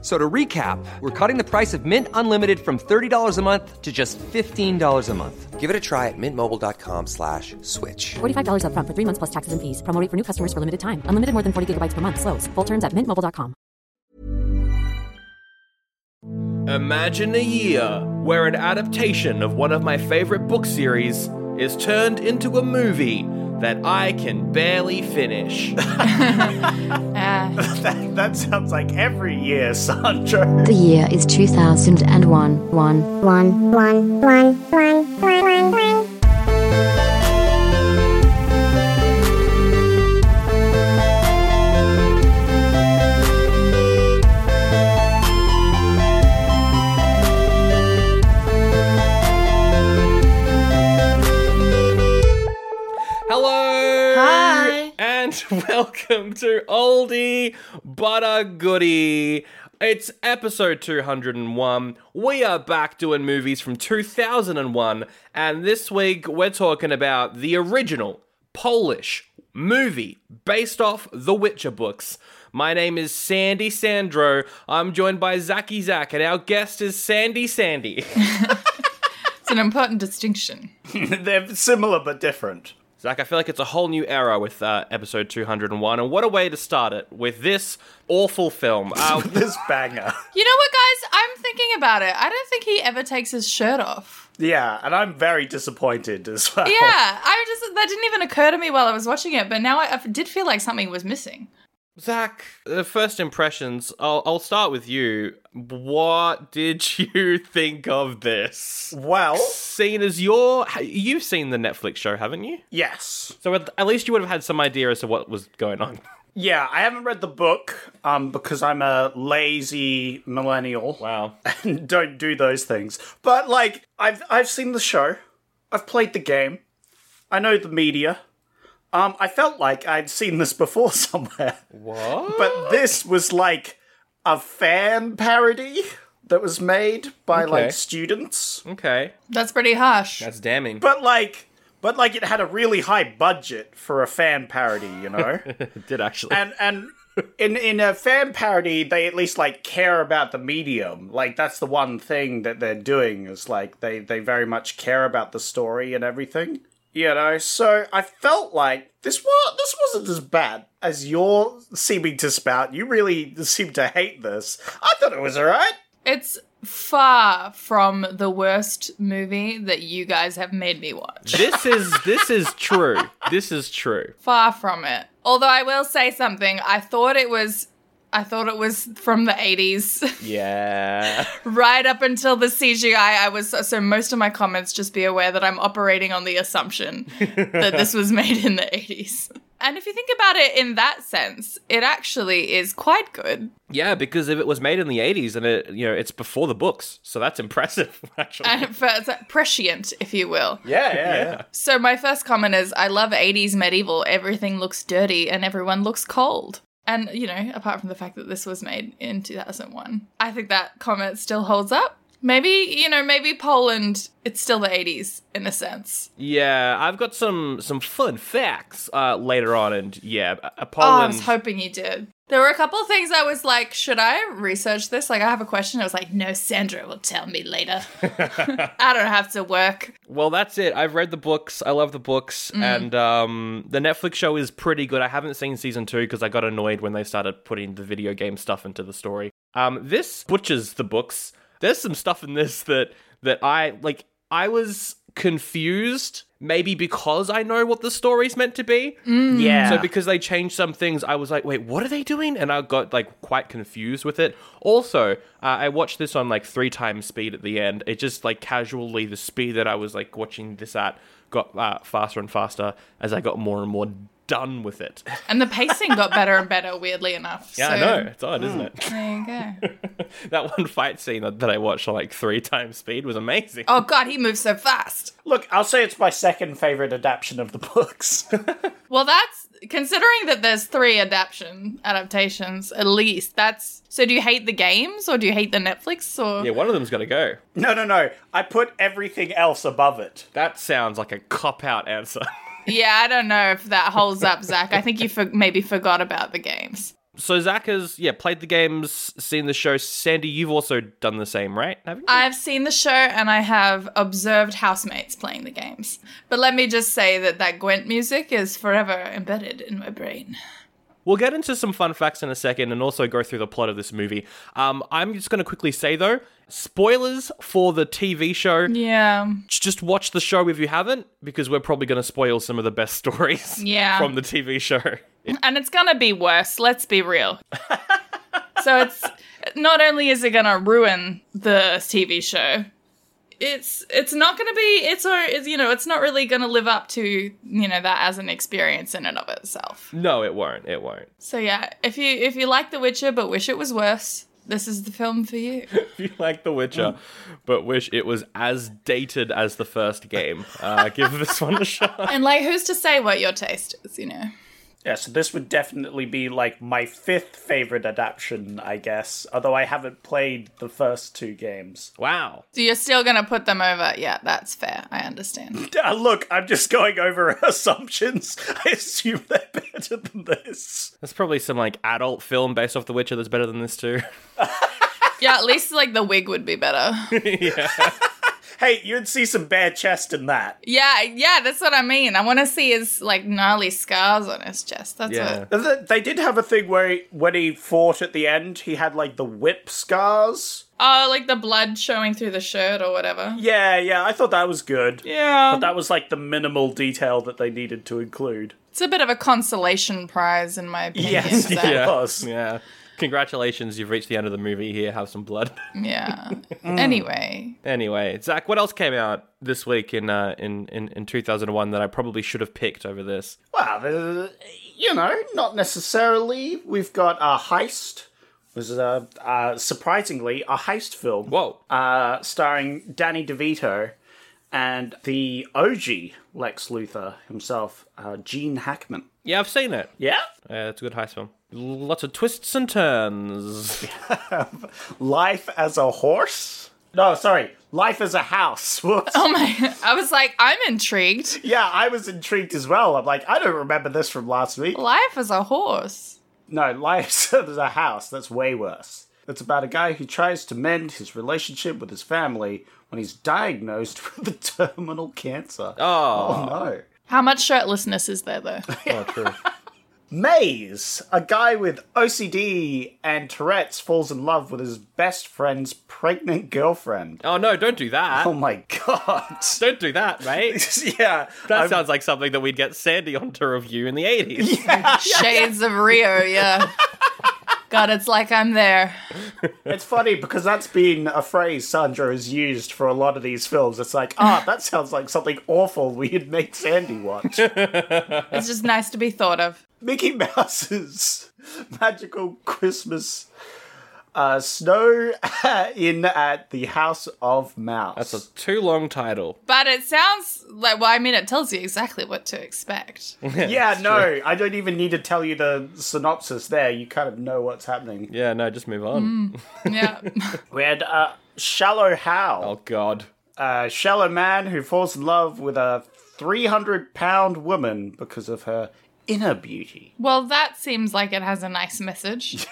So to recap, we're cutting the price of Mint Unlimited from $30 a month to just $15 a month. Give it a try at mintmobile.com slash switch. $45 upfront for three months plus taxes and fees. Promo rate for new customers for limited time. Unlimited more than 40 gigabytes per month. Slows. Full terms at mintmobile.com. Imagine a year where an adaptation of one of my favorite book series is turned into a movie that I can barely finish. that, that sounds like every year, Sandro. The year is 2001. One. One, one, one, one, one, one, one. Hello! Hi. And welcome to Oldie But a Goodie. It's episode 201. We are back doing movies from 2001, and this week we're talking about the original Polish movie based off the Witcher books. My name is Sandy Sandro. I'm joined by Zaki Zach, and our guest is Sandy Sandy. It's an important distinction. They're similar but different. Zach, I feel like it's a whole new era with uh, episode 201, and what a way to start it with this awful film. Uh, This banger. You know what, guys? I'm thinking about it. I don't think he ever takes his shirt off. Yeah, and I'm very disappointed as well. Yeah, I just that didn't even occur to me while I was watching it, but now I, I did feel like something was missing. Zach, uh, first impressions, I'll, I'll start with you. What did you think of this? Well, Seen as your. ha- You've seen the Netflix show, haven't you? yes. So at, at least you would have had some idea as to what was going on. Yeah, I haven't read the book um, because I'm a lazy millennial. Wow. and don't do those things. But like I've I've seen the show. I've played the game. I know the media. Um I felt like I'd seen this before somewhere. What? But this was like a fan parody that was made by Okay. like students. Okay. That's pretty harsh. That's damning. But like but like it had a really high budget for a fan parody, you know? it did actually. and and in in a fan parody, they at least like care about the medium. Like that's the one thing that they're doing is like they they very much care about the story and everything. You know, so I felt like this was this wasn't as bad as you're seeming to spout. You really seem to hate this. I thought it was alright. It's far from the worst movie that you guys have made me watch. this is this is true. This is true. Far from it. Although I will say something, I thought it was I thought it was from the 80s. Yeah. right up until the CGI, I was so most of my comments just be aware that I'm operating on the assumption that this was made in the 80s. And if you think about it in that sense, it actually is quite good. Yeah, because if it was made in the eighties and it you know, it's before the books, so that's impressive, actually. And for, it's prescient, if you will. Yeah, yeah, yeah. So my first comment is I love 80s medieval. Everything looks dirty and everyone looks cold. And, you know, apart from the fact that this was made in 2001, I think that comment still holds up. Maybe, you know, maybe Poland, it's still the 80s in a sense. yeah, I've got some some fun facts uh, later on, and yeah, uh, Oh, I Poland. was hoping you did. There were a couple of things I was like, should I research this? Like, I have a question. I was like, no, Sandra will tell me later. I don't have to work. well, that's it. I've read the books. I love the books, and um, the Netflix show is pretty good. I haven't seen season two because I got annoyed when they started putting the video game stuff into the story. Um, this butchers the books. There's some stuff in this that that I like. I was confused, maybe because I know what the story's meant to be. Mm. yeah. So because they changed some things, I was like, wait, what are they doing? And I got like quite confused with it. Also, uh, I watched this on like three times speed at the end. It just like casually the speed that I was like watching this at got uh, faster and faster as I got more and more done with it. And the pacing got better and better, weirdly enough. Yeah, I so know. It's odd, isn't it? There you go. that one fight scene that, that I watched on like three times speed was amazing. Oh god, he moves so fast. Look, I'll say it's my second favorite adaptation of the books. Well, that's considering that there's three adaptation adaptations at least. That's so. Do you hate the games or do you hate the Netflix or? Yeah, one of them's got to go. no, no, no. I put everything else above it. That sounds like a cop out answer. Yeah, I don't know if that holds up, Zach. I think you for- maybe forgot about the games. so Zach has yeah played the games, seen the show. Sandy, you've also done the same, right? Haven't you? I've seen the show and I have observed housemates playing the games. But let me just say that that Gwent music is forever embedded in my brain. We'll get into some fun facts in a second and also go through the plot of this movie. Um, I'm just going to quickly say though, spoilers for the TV show. Yeah. Just watch the show if you haven't, because we're probably going to spoil some of the best stories Yeah. from the TV show. And it's going to be worse, let's be real. so it's not only is it going to ruin the TV show, it's it's not going to be it's, a, it's you know, it's not really going to live up to, you know, that as an experience in and of itself. No, it won't. It won't. So yeah, if you if you like The Witcher but wish it was worse, this is the film for you. If you like The Witcher, Mm. but wish it was as dated as the first game, uh, give this one a shot. and like who's to say what your taste is, you know? Yeah, so this would definitely be like my fifth favorite adaptation, I guess. Although I haven't played the first two games. Wow. So you're still going to put them over. Yeah, that's fair. I understand. Uh, look, I'm just going over assumptions. I assume they're better than this. There's probably some like adult film based off The Witcher that's better than this too. yeah, at least like the wig would be better. Hey, you'd see some bare chest in that. Yeah, yeah, that's what I mean. I want to see his like gnarly scars on his chest. That's Yeah. what. Th- They did have a thing where he, when he fought at the end, he had like the whip scars. Oh, like the blood showing through the shirt or whatever. Yeah, yeah, I thought that was good. Yeah. But that was like the minimal detail that they needed to include. It's a bit of a consolation prize, in my opinion. Yes, so- yeah. yeah. Us. yeah. Congratulations, you've reached the end of the movie. Here, have some blood. Anyway, Anyway, Zach, what else came out this week in uh, in, in in 2001 that I probably should have picked over this? Well, uh, you know, not necessarily. We've got a heist. Was uh, uh, surprisingly a heist film. Whoa. Uh, starring Danny DeVito and the OG Lex Luthor himself, uh, Gene Hackman. Yeah, I've seen it. Yeah, Uh, it's a good heist film. Lots of twists and turns. life as a horse. No, sorry, life as a house. Whoops. oh my, I was like, I'm intrigued. Yeah, I was intrigued as well. I'm like, I don't remember this from last week. Life as a horse. No, Life as a House. That's way worse. It's about a guy who tries to mend his relationship with his family when he's diagnosed with a terminal cancer. Oh, Oh, no. How much shirtlessness is there though? oh true. Maze, a guy with OCD and Tourette's, falls in love with his best friend's pregnant girlfriend. Oh no, don't do that. Oh my god. Don't do that, mate. yeah. That I'm- sounds like something that we'd get Sandy on to review in the 80s. Shades of Rio. Yeah. God, it's like I'm there. It's funny because that's been a phrase Sandra has used for a lot of these films. It's like, ah, that sounds like something awful we'd make Sandy watch. It's just nice to be thought of. Mickey Mouse's magical Christmas uh, snow in at the House of Mouse. That's a too long title. But it sounds like, well, I mean, it tells you exactly what to expect. yeah, no, I don't even need to tell you the synopsis there. You kind of know what's happening. Yeah, no, just move on. Yeah. We had uh, Shallow Hal, Oh god. a shallow man who falls in love with a 300 pound woman because of her inner beauty. Well, that seems like it has a nice message.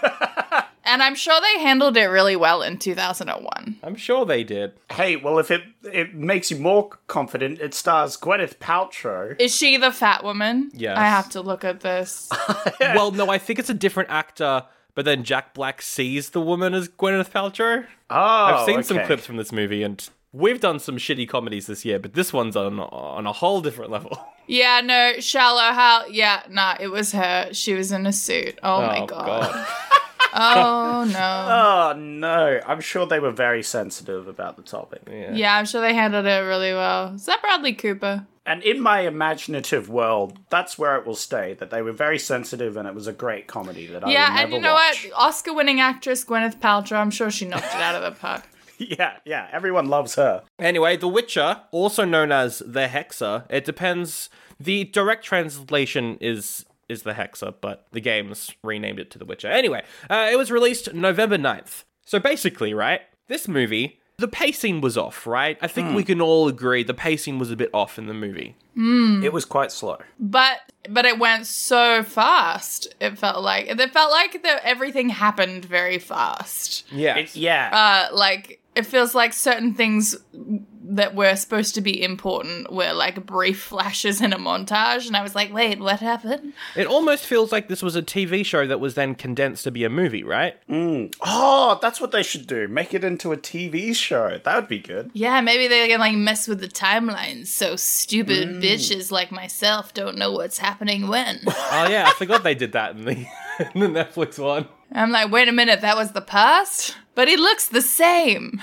and I'm sure they handled it really well in 2001. I'm sure they did. Hey, well, if it, it makes you more confident, it stars Gwyneth Paltrow. Is she the fat woman? Yes. I have to look at this. well, no, I think it's a different actor, but then Jack Black sees the woman as Gwyneth Paltrow. Oh, I've seen some okay. clips from this movie, and we've done some shitty comedies this year, but this one's on on a whole different level. yeah, no, shallow how. Yeah, nah, it was her. She was in a suit. Oh, my Oh, God. Oh no. Oh no! I'm sure they were very sensitive about the topic. Yeah, I'm sure they handled it really well. Is that Bradley Cooper? And in my imaginative world, that's where it will stay. That they were very sensitive, and it was a great comedy that I will yeah, never and you know watch. what? Oscar winning actress Gwyneth Paltrow, I'm sure she knocked it out of the park. Yeah, yeah. Everyone loves her. Anyway, The Witcher, also known as The Hexer, it depends. The direct translation is is The Hexer, but the games renamed it to The Witcher. Anyway, uh, it was released November 9th. So basically, right, this movie, the pacing was off, right? I think we can all agree the pacing was a bit off in the movie. Mm. It was quite slow. But but it went so fast. It felt like it felt like that everything happened very fast. Yeah. Yeah, Uh, like it feels like certain things that were supposed to be important were like brief flashes in a montage, and I was like, wait, what happened? it almost feels like this was a TV show that was then condensed to be a movie, right? Oh, that's what they should do. Make it into a TV show. That would be good. Yeah, maybe they can like mess with the timelines. So stupid Mm. bitches like myself don't know what's happening when. oh, yeah, I forgot they did that in the, in the Netflix one. I'm like, wait a minute, that was the past? But he looks the same.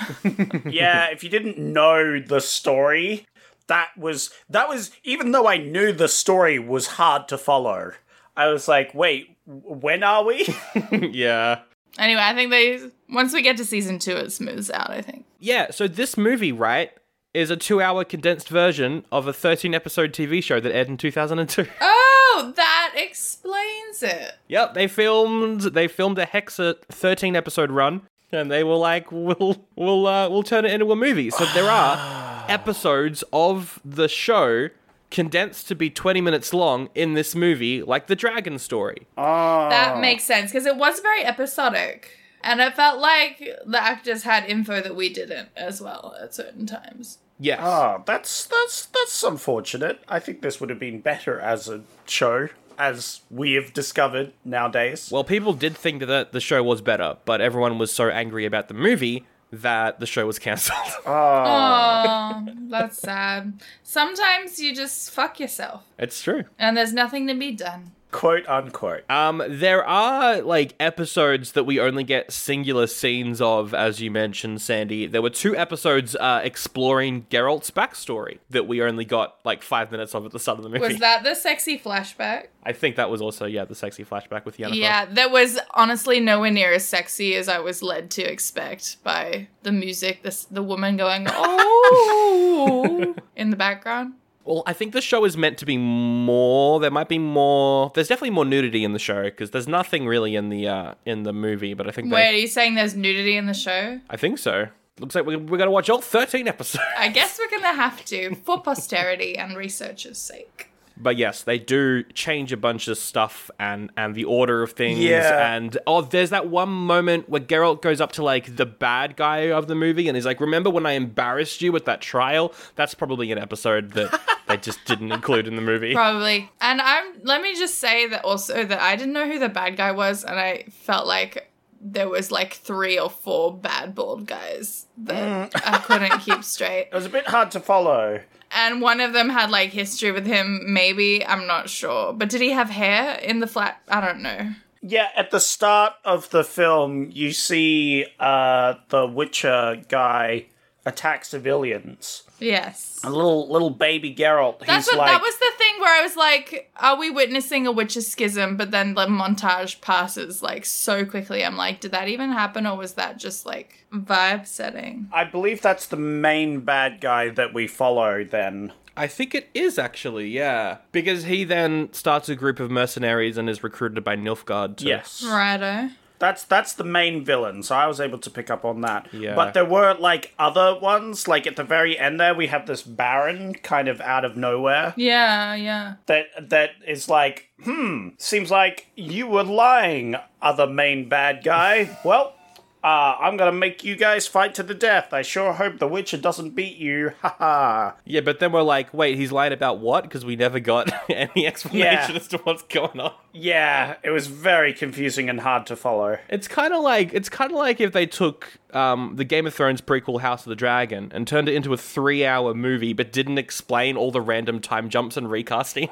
Yeah, if you didn't know the story, that was that was even though I knew the story was hard to follow. I was like, "Wait, w- when are we?" Yeah. Anyway, I think they once we get to season two, it smooths out. I think. Yeah, so this movie, right, is a two hour condensed version of a 13 episode TV show that aired in 2002. Oh, that explains it. yep, they filmed they filmed a Hexa 13 episode run and they were like we'll we'll uh, we'll turn it into a movie. So there are episodes of the show condensed to be 20 minutes long in this movie like the dragon story. That makes sense because it was very episodic, and it felt like the actors had info that we didn't as well at certain times. Yes. oh, that's that's that's unfortunate. I think this would have been better as a show as we have discovered nowadays. Well, people did think that the show was better, but everyone was so angry about the movie that the show was cancelled. Oh, that's sad. Sometimes you just fuck yourself, it's true. and there's nothing to be done. quote unquote. Um, there are like episodes that we only get singular scenes of, as you mentioned, Sandy. There were two episodes uh, exploring Geralt's backstory that we only got like five minutes of at the start of the movie. Was that the sexy flashback? I think that was also yeah the sexy flashback with Yennefer. Yeah, that was honestly nowhere near as sexy as I was led to expect by the music. This the woman going oh in the background. Well, I think the show is meant to be more. There might be more. There's definitely more nudity in the show because there's nothing really in the uh, in the movie. But I think Wait, they, are you saying there's nudity in the show? I think so. Looks like we're, we're gonna watch all thirteen episodes. I guess we're gonna have to for posterity and researchers' sake. But yes, they do change a bunch of stuff and and the order of things. Yeah. And oh, there's that one moment where Geralt goes up to like the bad guy of the movie and he's like, "Remember when I embarrassed you at that trial?" That's probably an episode that they just didn't include in the movie. Probably. And I'm let me just say that also that I didn't know who the bad guy was and I felt like there was like three or four bad bald guys that I couldn't keep straight. It was a bit hard to follow. And one of them had like history with him, maybe, I'm not sure. But did he have hair in the flat I don't know. Yeah, at the start of the film, you see uh, the Witcher guy attack civilians. Yes. A little little baby Geralt. That's who's what like, that was the thing where I was like, are we witnessing a witch's schism? But then the montage passes like so quickly. I'm like, did that even happen or was that just like vibe setting? I believe that's the main bad guy that we follow. Then I think it is actually, yeah, because he then starts a group of mercenaries and is recruited by Nilfgaard. To, yes, Righto. that's that's the main villain. So I was able to pick up on that. Yeah. But there were like other ones. Like at the very end, there we have this Baron kind of out of nowhere. Yeah, yeah. that that is like, hmm, seems like you were lying, other main bad guy. well, uh, I'm gonna make you guys fight to the death. I sure hope the Witcher doesn't beat you. Ha ha. yeah. But then we're like, wait, he's lying about what? Because we never got any explanation as to what's going on. Yeah, it was very confusing and hard to follow. It's kind of like it's kind of like if they took um, the Game of Thrones prequel House of the Dragon and turned it into a three hour movie, but didn't explain all the random time jumps and recasting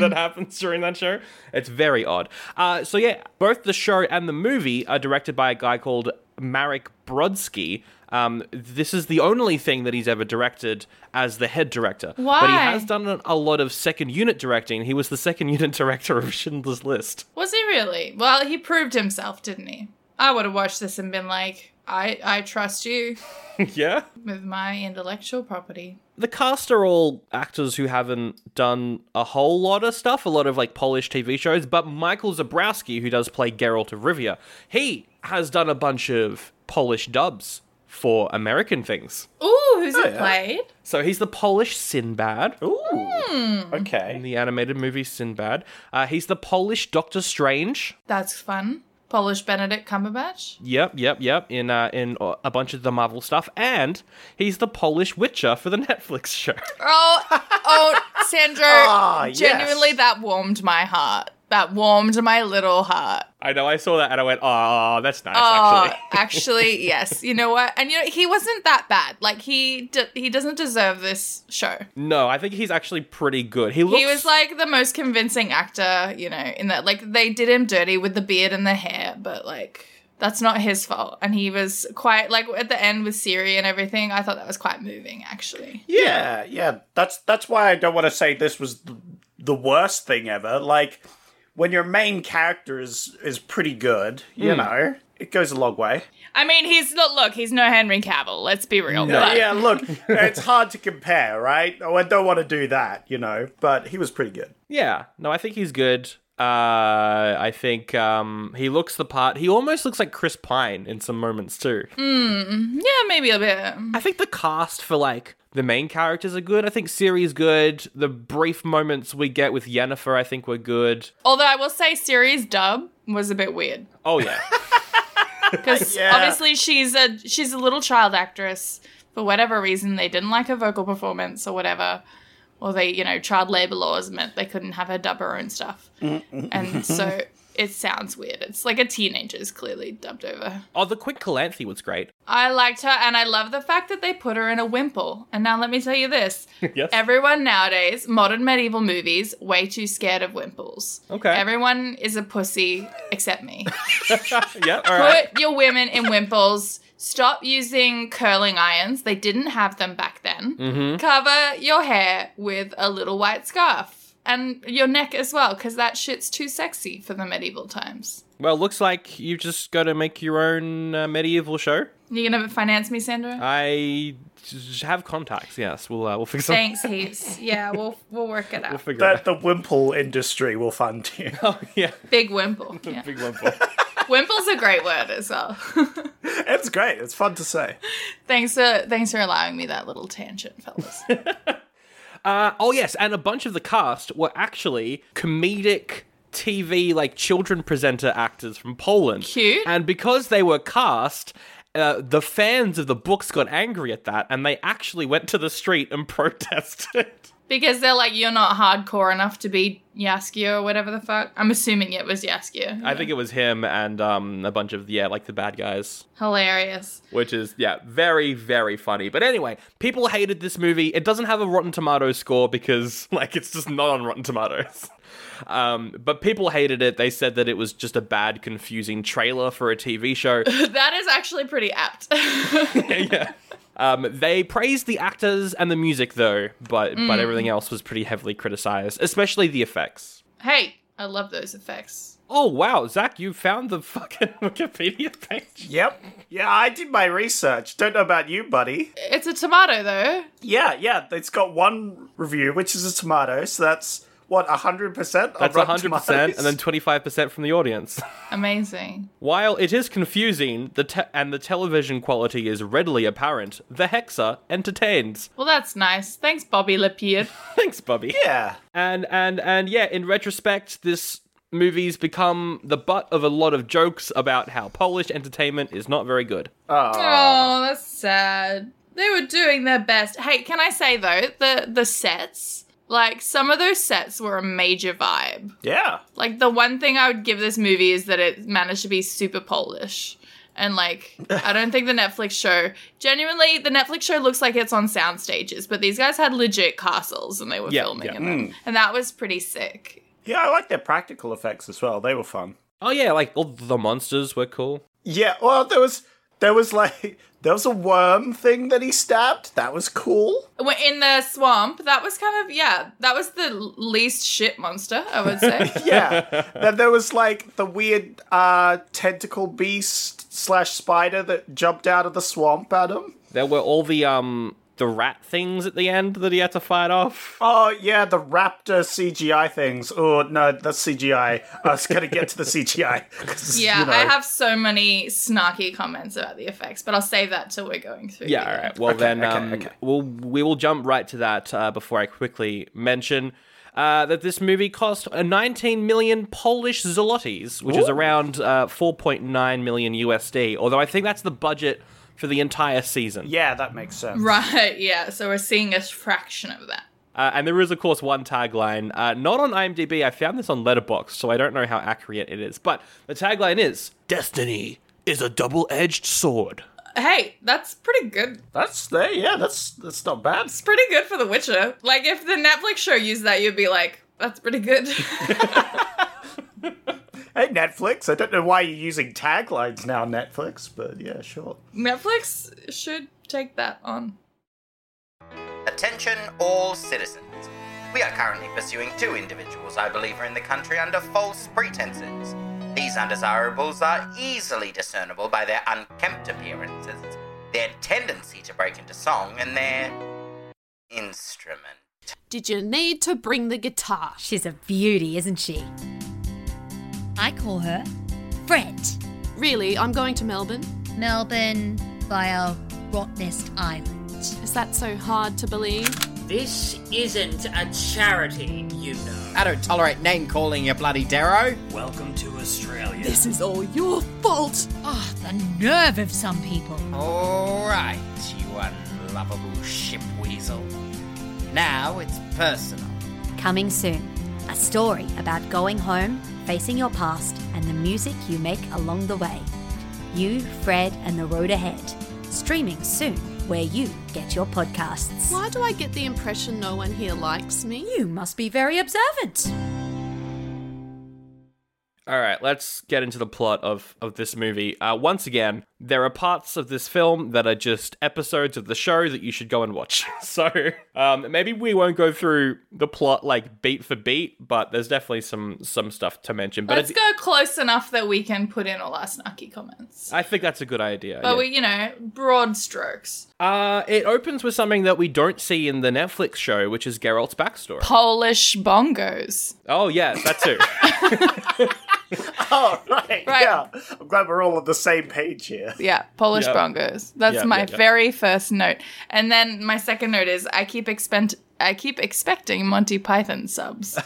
that happens during that show. It's very odd. Uh, so, yeah, both the show and the movie are directed by a guy called Marek Brodsky. Um, this is the only thing that he's ever directed as the head director. But he Why? has done a lot of second unit directing. He was the second unit director of Schindler's List. Was he really? Well, he proved himself, didn't he? I would have watched this and been like, I, I trust you yeah? with my intellectual property. the cast are all actors who haven't done a whole lot of stuff, a lot of like Polish TV shows, but Michael Zabrowski, who does play Geralt of Rivia, he has done a bunch of Polish dubs for American things. Ooh, who's he played? So he's the Polish Sinbad Ooh. Okay. in the animated movie Sinbad. Uh, he's the Polish Doctor Strange. That's fun. Polish Benedict Cumberbatch. Yep, yep, yep. In uh, in uh, a bunch of the Marvel stuff, and he's the Polish Witcher for the Netflix show. Oh, oh, Sandro, Ah, yes. genuinely, that warmed my heart. That warmed my little heart. I know. I saw that and I went, "Oh, that's nice." Oh, actually, actually, yes. You know what? And you know he wasn't that bad. Like he d- he doesn't deserve this show. No, I think he's actually pretty good. He looks He was like the most convincing actor, you know, in that like they did him dirty with the beard and the hair, but like that's not his fault. And he was quite like at the end with Siri and everything. I thought that was quite moving actually. Yeah, yeah. That's that's why I don't want to say this was th- the worst thing ever. Like when your main character is is pretty good, you know, it goes a long way. I mean, he's look, look, he's no Henry Cavill. Let's be real. but- Yeah, look, it's hard to compare, right? Oh, I don't want to do that, you know, but he was pretty good. yeah. No, I think he's good. Uh, I think um, he looks the part. He almost looks like Chris Pine in some moments too. Hmm. yeah, maybe a bit. I think the cast for like the main characters are good. I think Siri's good. The brief moments we get with Yennefer, I think were good. Although I will say Siri's dub was a bit weird. Oh yeah, because Yeah. obviously she's a she's a little child actress for whatever reason they didn't like her vocal performance or whatever or they you know child labor laws meant they couldn't have her dub her own stuff Mm, and so it sounds weird it's like a teenager's clearly dubbed over oh the quick Calanthe was great. i liked her and i love the fact that they put her in a wimple and now let me tell you this Yes. everyone nowadays modern medieval movies way too scared of wimples Okay. everyone is a pussy except me yeah, all right. Put your women in wimples. Stop using curling irons. They didn't have them back then. Mm-hmm. Cover your hair with a little white scarf and your neck as well, because that shit's too sexy for the medieval times. Well, looks like you've just got to make your own uh, medieval show. You gonna finance me, Sandra? Uh, I have contacts. Yes, we'll uh, we'll figure something. Thanks heaps. Yeah, we'll we'll work it We'll out. figure it out. That the Wimple industry will fund you. Yeah, Big wimple. Yeah. big one for. Wimple's a great word as well. it's great. It's fun to say. thanks for thanks for allowing me that little tangent, fellas. Uh, oh yes, and a bunch of the cast were actually comedic TV like children presenter actors from Poland. Cute. And because they were cast, uh, the fans of the books got angry at that, and they actually went to the street and protested. Because they're like, you're not hardcore enough to be Yaskia or whatever the fuck. I'm assuming it was Yaskia. I think it was him and um, a bunch of yeah, like the bad guys. Hilarious. which is yeah very very funny but anyway people hated this movie it doesn't have a rotten tomatoes score because like it's just not on rotten tomatoes um, but people hated it they said that it was just a bad confusing trailer for a tv show That is actually pretty apt. yeah um, they praised the actors and the music though but but everything else was pretty heavily criticized especially the effects hey, I love those effects. oh wow zach you found the fucking wikipedia page Yep. Yeah, I did my research. Don't know about you, buddy. It's a tomato though. Yeah, yeah. It's got one review, which is a tomato. So that's what hundred percent. that's 100% and then 25% from the audience Amazing. While it is confusing, the te- and the television quality is readily apparent, the Hexa entertains. Well, that's nice. Thanks, Bobby Lapierre. Thanks, Bubby. yeah, And and and yeah, in retrospect, this movie's become the butt of a lot of jokes about how Polish entertainment is not very good. Oh, that's sad. They were doing their best. Hey, can I say though, the the sets, like some of those sets were a major vibe. yeah. Like the one thing I would give this movie is that it managed to be super Polish. And like, I don't think the Netflix show, genuinely, the Netflix show looks like it's on sound stages, but these guys had legit castles and they were Yeah, filming yeah. mm. in them. And that was pretty sick. Yeah, I like their practical effects as well. They were fun. Oh yeah, like all the monsters were cool. Yeah, well, there was there was like there was a worm thing that he stabbed. That was cool. Well, In the swamp, that was kind of, yeah, that was the least shit monster, I would say. Yeah. then there was like the weird uh tentacle beast slash spider that jumped out of the swamp at him. There were all the um the rat things at the end that he had to fight off. Oh yeah, the raptor CGI things. Oh no, that's CGI. I was gonna get to the CGI. 'cause, Yeah, you know. I have so many snarky comments about the effects, but I'll save that till we're going through. Yeah, the- all right. Well, then um, we'll we will jump right to that uh, before I quickly mention uh, that this movie cost uh, 19 million Polish zlotys, which is around uh, 4.9 million USD. Although I think that's the budget for the entire season. Yeah, that makes sense. Right, yeah. So we're seeing a fraction of that. Uh, and there is, of course, one tagline. Uh, not on IMDb. I found this on Letterboxd, so I don't know how accurate it is. But the tagline is Destiny is a double edged sword. Hey, that's pretty good. That's there. Yeah, that's that's not bad. It's pretty good for The Witcher. Like, if the Netflix show used that, you'd be like, that's pretty good. Hey Netflix, I don't know why you're using taglines now, Netflix, but yeah, sure. Netflix should take that on. Attention all citizens. We are currently pursuing two individuals I believe are in the country under false pretenses. These undesirables are easily discernible by their unkempt appearances, their tendency to break into song, and their instrument. Did you need to bring the guitar? She's a beauty, isn't she? I call her Fred. Really, I'm going to Melbourne. Melbourne via Rottnest Island. Is that so hard to believe? This isn't a charity, you know. I don't tolerate name calling, you bloody Darrow. Welcome to Australia. This is all your fault. Oh, the nerve of some people. Alright, you unlovable ship weasel. Now it's personal. Coming soon. A story about going home, facing your past, and the music you make along the way. You, Fred, and the road ahead. Streaming soon where you get your podcasts. Why do I get the impression no one here likes me? You must be very observant. All right, let's get into the plot of, of this movie. Uh, once again, there are parts of this film that are just episodes of the show that you should go and watch. so um, maybe we won't go through the plot like beat for beat, but there's definitely some some stuff to mention. But Let's it- go close enough that we can put in all our snarky comments. I think that's a good idea. But yeah. we, you know, broad strokes. uh, it opens with something that we don't see in the Netflix show, which is Geralt's backstory. Polish bongos. oh yes, that too. Oh, right. Right. Yeah. I'm glad we're all on the same page here. Yeah, Polish Yep. bongos. That's Yep, my yep, yep. very first note. And then my second note is I keep expend I keep expecting Monty Python subs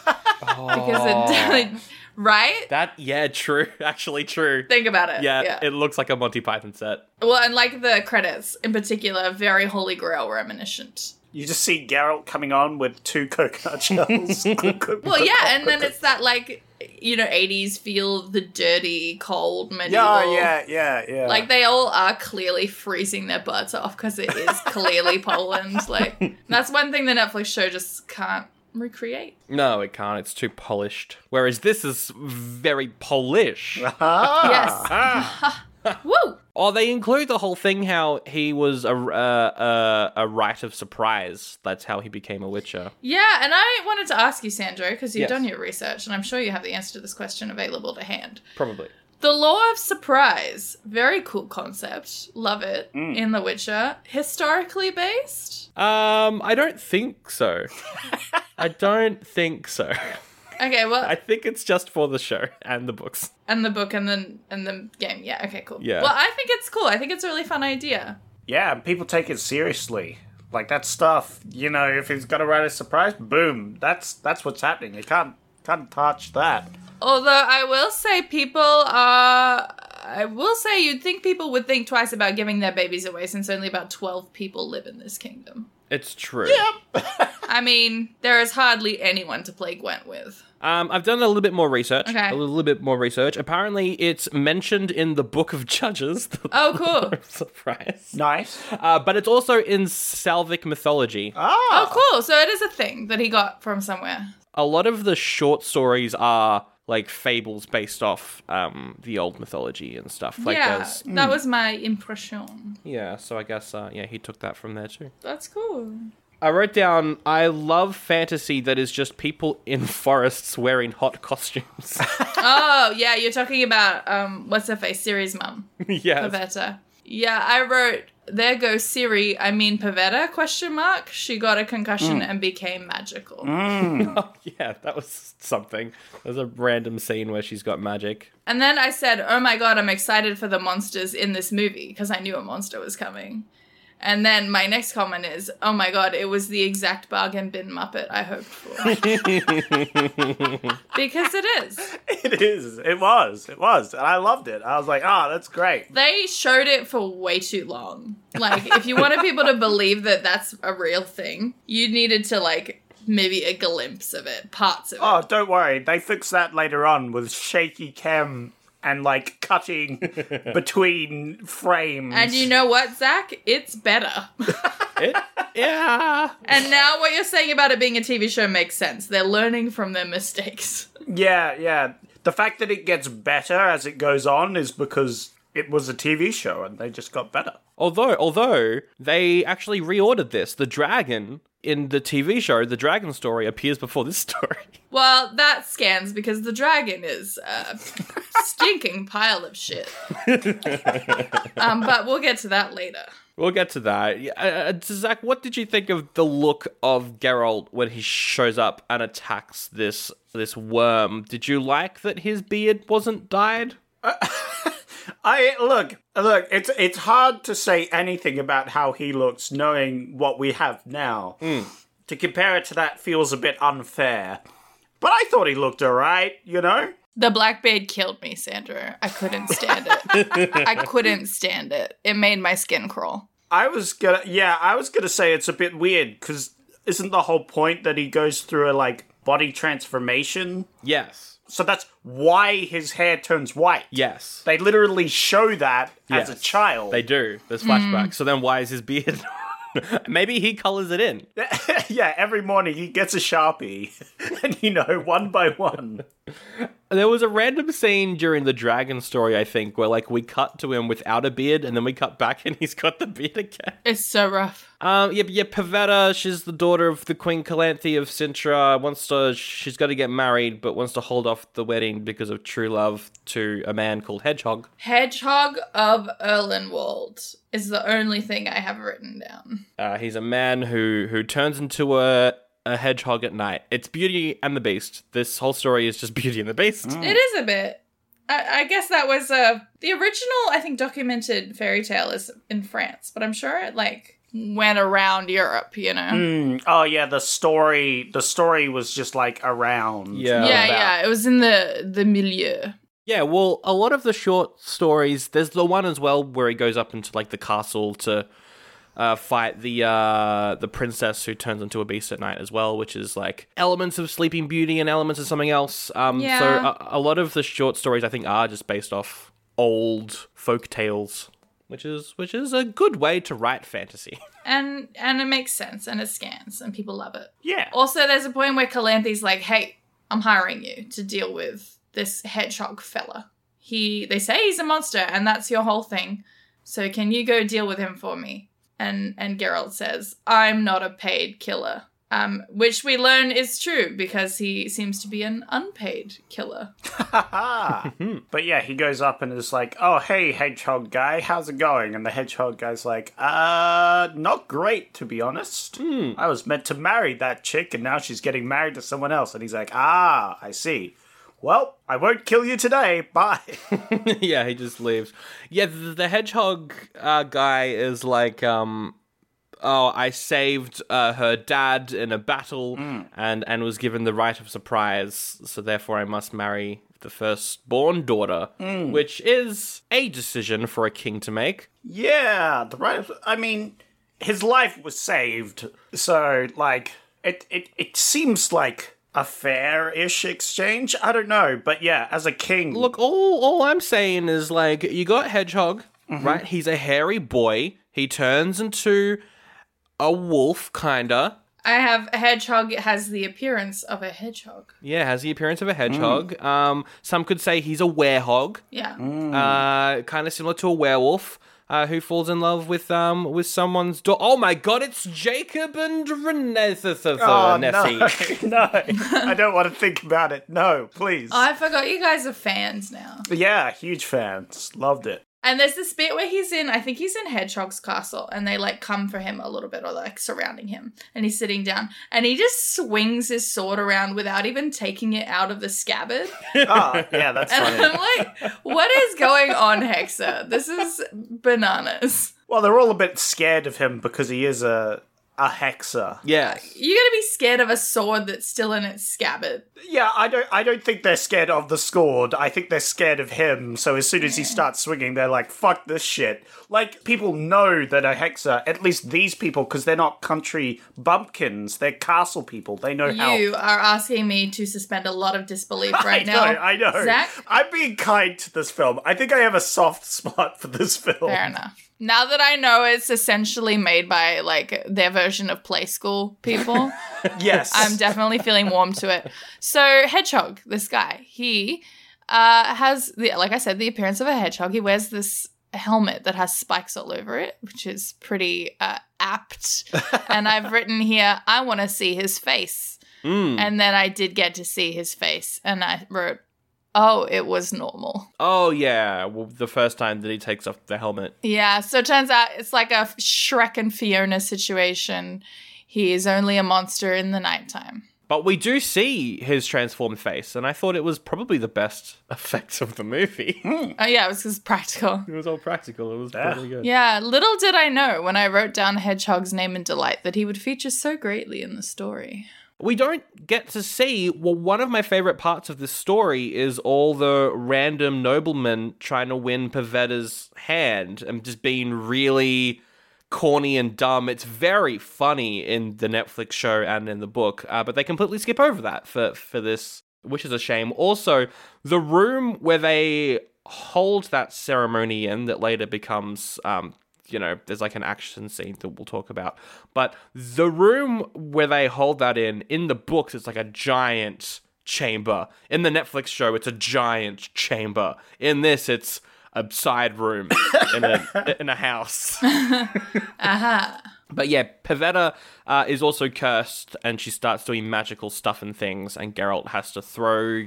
because it right. that yeah, true. Actually, true. Think about it. yeah, it looks like a Monty Python set. well, and like the credits in particular, very Holy Grail reminiscent. You just see Geralt coming on with two coconut shells. Well, yeah, and then it's that like you know eighties feel the dirty, cold Yeah, medieval. yeah, yeah, yeah. Like they all are clearly freezing their butts off because it is clearly Poland. Like that's one thing the Netflix show just can't recreate. No, it can't. It's too polished. Whereas this is very Polish. Ah, Yes. Woo! oh, they include the whole thing how he was a, uh, a, a rite of surprise. That's how he became a Witcher. Yeah, and I wanted to ask you, Sandro, because you've Yes. done your research, and I'm sure you have the answer to this question available to hand. Probably. The law of surprise, very cool concept. Love it Mm. in The Witcher. Historically based? Um, I don't think so. I don't think so. Okay, well, I think it's just for the show and the books. and the book and then and the game. Yeah, okay, cool. Yeah. Well, I think it's cool. I think it's a really fun idea. yeah, and people take it seriously. Like that stuff, you know, if he's gonna write a surprise, boom. That's that's what's happening. You can't can't touch that. Although I will say people are I will say you'd think people would think twice about giving their babies away since only about 12 people live in this kingdom. It's true. Yeah. I mean, there is hardly anyone to play Gwent with. Um, I've done a little bit more research. Okay. A little bit more research. Apparently, it's mentioned in the Book of Judges. Oh, cool. Surprise. Nice. Uh, but it's also in Salvic mythology. Oh, cool. So it is a thing that he got from somewhere. A lot of the short stories are like fables based off um, the old mythology and stuff. Like Hmm. yeah, there's- that was my impression. Yeah, so I guess uh, yeah, he took that from there too. That's cool. I wrote down, I love fantasy that is just people in forests wearing hot costumes. oh yeah, you're talking about um, what's her face, Siri's mum, yes. Pavetta. Yeah, I wrote there goes Siri. I mean Pavetta? Question mark. She got a concussion Mm. and became Hmm. magical. yeah, that was something. There's a random scene where she's got magic. And then I said, "Oh my god, I'm excited for the monsters in this movie because I knew a monster was coming." And then my next comment is, "Oh my god, it was the exact bargain bin Muppet I hoped for." because it is. It is. It was. It was. And I loved it. I was like, ah, that's great. They showed it for way too long. Like, if you wanted people to believe that that's a real thing, you needed to like maybe a glimpse of it, parts of it. Oh, don't worry. They fix that later on with shaky cam and like cutting between frames. And you know what, Zach? It's better. yeah. And now what you're saying about it being a TV show makes sense. They're learning from their mistakes. Yeah, yeah. The fact that it gets better as it goes on is because it was a TV show and they just got better. Although, although they actually reordered this, the dragon in the TV show, the dragon story appears before this story. Well, that scans because the dragon is a stinking pile of shit. Um, but we'll get to that later. We'll get to that. Yeah, Uh, uh, Zach, what did you think of the look of Geralt when he shows up and attacks this this worm? Did you like that his beard wasn't dyed? I look, look. It's it's hard to say anything about how he looks knowing what we have now. To compare it to that feels a bit unfair. But I thought he looked alright, you know. The Blackbeard killed me, Sandra. I couldn't stand it. I couldn't stand it. It made my skin crawl. I was gonna, yeah, I was gonna say it's a bit weird because isn't the whole point that he goes through a like body transformation? Yes. So that's why his hair turns white. Yes. They literally show that Yes. as a child. They do. There's Hmm. flashbacks. So then why is his beard? Maybe he colors it in. yeah, every morning he gets a sharpie, and you know, one by one. There was a random scene during the dragon story, I think, where like we cut to him without a beard, and then we cut back and he's got the beard again. It's so rough. Um, yeah, but yeah, Pavetta, she's the daughter of the Queen Calanthe of Sintra, wants to, she's got to get married, but wants to hold off the wedding because of true love to a man called Hedgehog. Hedgehog of Erlenwald is the only thing I have written down. Uh, he's a man who, who turns into a, a hedgehog at night. It's Beauty and the Beast. This whole story is just Beauty and the Beast. Mm. It is a bit. I, I guess that was uh, the original, I think, documented fairy tale is in France, but I'm sure it like went around Europe, you know? Mm, Oh yeah, the story. The story was just like around. Yeah. yeah, about- yeah. It was in the the milieu. Yeah, well, a lot of the short stories. There's the one as well where he goes up into like the castle to uh, fight the uh, the princess who turns into a beast at night as well, which is like elements of Sleeping Beauty and elements of something else. Um, So Yeah. a, a lot of the short stories I think are just based off old folk tales, which is which is a good way to write fantasy. and and it makes sense and it scans and people love it. Yeah. Also, there's a point where Calanthe's like, "Hey, I'm hiring you to deal with this hedgehog fella. He they say he's a monster and that's your whole thing. So can you go deal with him for me?" And and Geralt says, "I'm not a paid killer." Um, which we learn is true because he seems to be an unpaid killer. Ah. but yeah, he goes up and is like, "Oh hey, hedgehog guy, how's it going?" And the hedgehog guy's like, "Uh, not great to be honest. I was meant to marry that chick, and now she's getting married to someone else." And he's like, "Ah, I see." Well, I won't kill you today. Bye. yeah, he just leaves. Yeah, the, the hedgehog uh, guy is like, um, oh, I saved uh, her dad in a battle and and was given the right of surprise, so therefore I must marry the firstborn daughter, Mm. which is a decision for a king to make. Yeah, the right. I mean, his life was saved, so like it. It, it seems like a fair-ish exchange. I don't know, but yeah, as a king, Look, all all I'm saying is like you got Hedgehog, right? He's a hairy boy. He turns into a wolf, kinda. I have a hedgehog has the appearance of a hedgehog. Yeah, has the appearance of Mm. a hedgehog. Um, some could say he's a werehog. Yeah. Mm. Uh, kind of similar to a werewolf. Uh, who falls in love with um with someone's daughter? Oh my god, it's Jacob and Renee. Oh, no, no, I don't want to think about it. No, please. I forgot you guys are fans now. yeah, huge fans, loved it. And there's this bit where he's in, I think he's in Hedgehog's castle, and they like come for him a little bit or like surrounding him. And he's sitting down and he just swings his sword around without even taking it out of the scabbard. Oh, yeah, that's And funny. I'm like, what is going on, Hexa? This is bananas. Well, they're all a bit scared of him because he is a a hexer. Yes. You're going to be scared of a sword that's still in its scabbard. Yeah, I don't I don't think they're scared of the scored. I think they're scared of him. So as soon as he starts swinging, they're like, "Fuck this shit." Like people know that a hexer, at least these people cuz they're not country bumpkins, they're castle people. They know how You are asking me to suspend a lot of disbelief right I now. know, I know. Zach, I'm being kind to this film. I think I have a soft spot for this film. Fair enough. Now that I know it's essentially made by like their version of play school people, Yes. I'm definitely feeling warm to it. So hedgehog, this guy, he uh, has the like I said, the appearance of a hedgehog. He wears this helmet that has spikes all over it, which is pretty uh, apt. and I've written here, I want to see his face. Mm. And then I did get to see his face, and I wrote, "Oh, it was normal." Oh yeah, well, the first time that he takes off the helmet. Yeah, so it turns out it's like a Shrek and Fiona situation. He is only a monster in the nighttime. But we do see his transformed face, and I thought it was probably the best effect of the movie. Oh, yeah, it was just practical. It was all practical. It was Yeah. pretty good. Yeah, little did I know when I wrote down Hedgehog's name and delight that he would feature so greatly in the story. We don't get to see. Well, one of my favorite parts of this story is all the random noblemen trying to win Pavetta's hand and just being really corny and dumb. It's very funny in the Netflix show and in the book, uh, but they completely skip over that for for this, which is a shame. Also, the room where they hold that ceremony in that later becomes um, you know, there's like an action scene that we'll talk about. But the room where they hold that in, in the books, it's like a giant chamber. In the Netflix show, it's a giant chamber. In this, it's a side room in a in a house. But yeah, Pavetta uh, is also cursed, and she starts doing magical stuff and things, and Geralt has to throw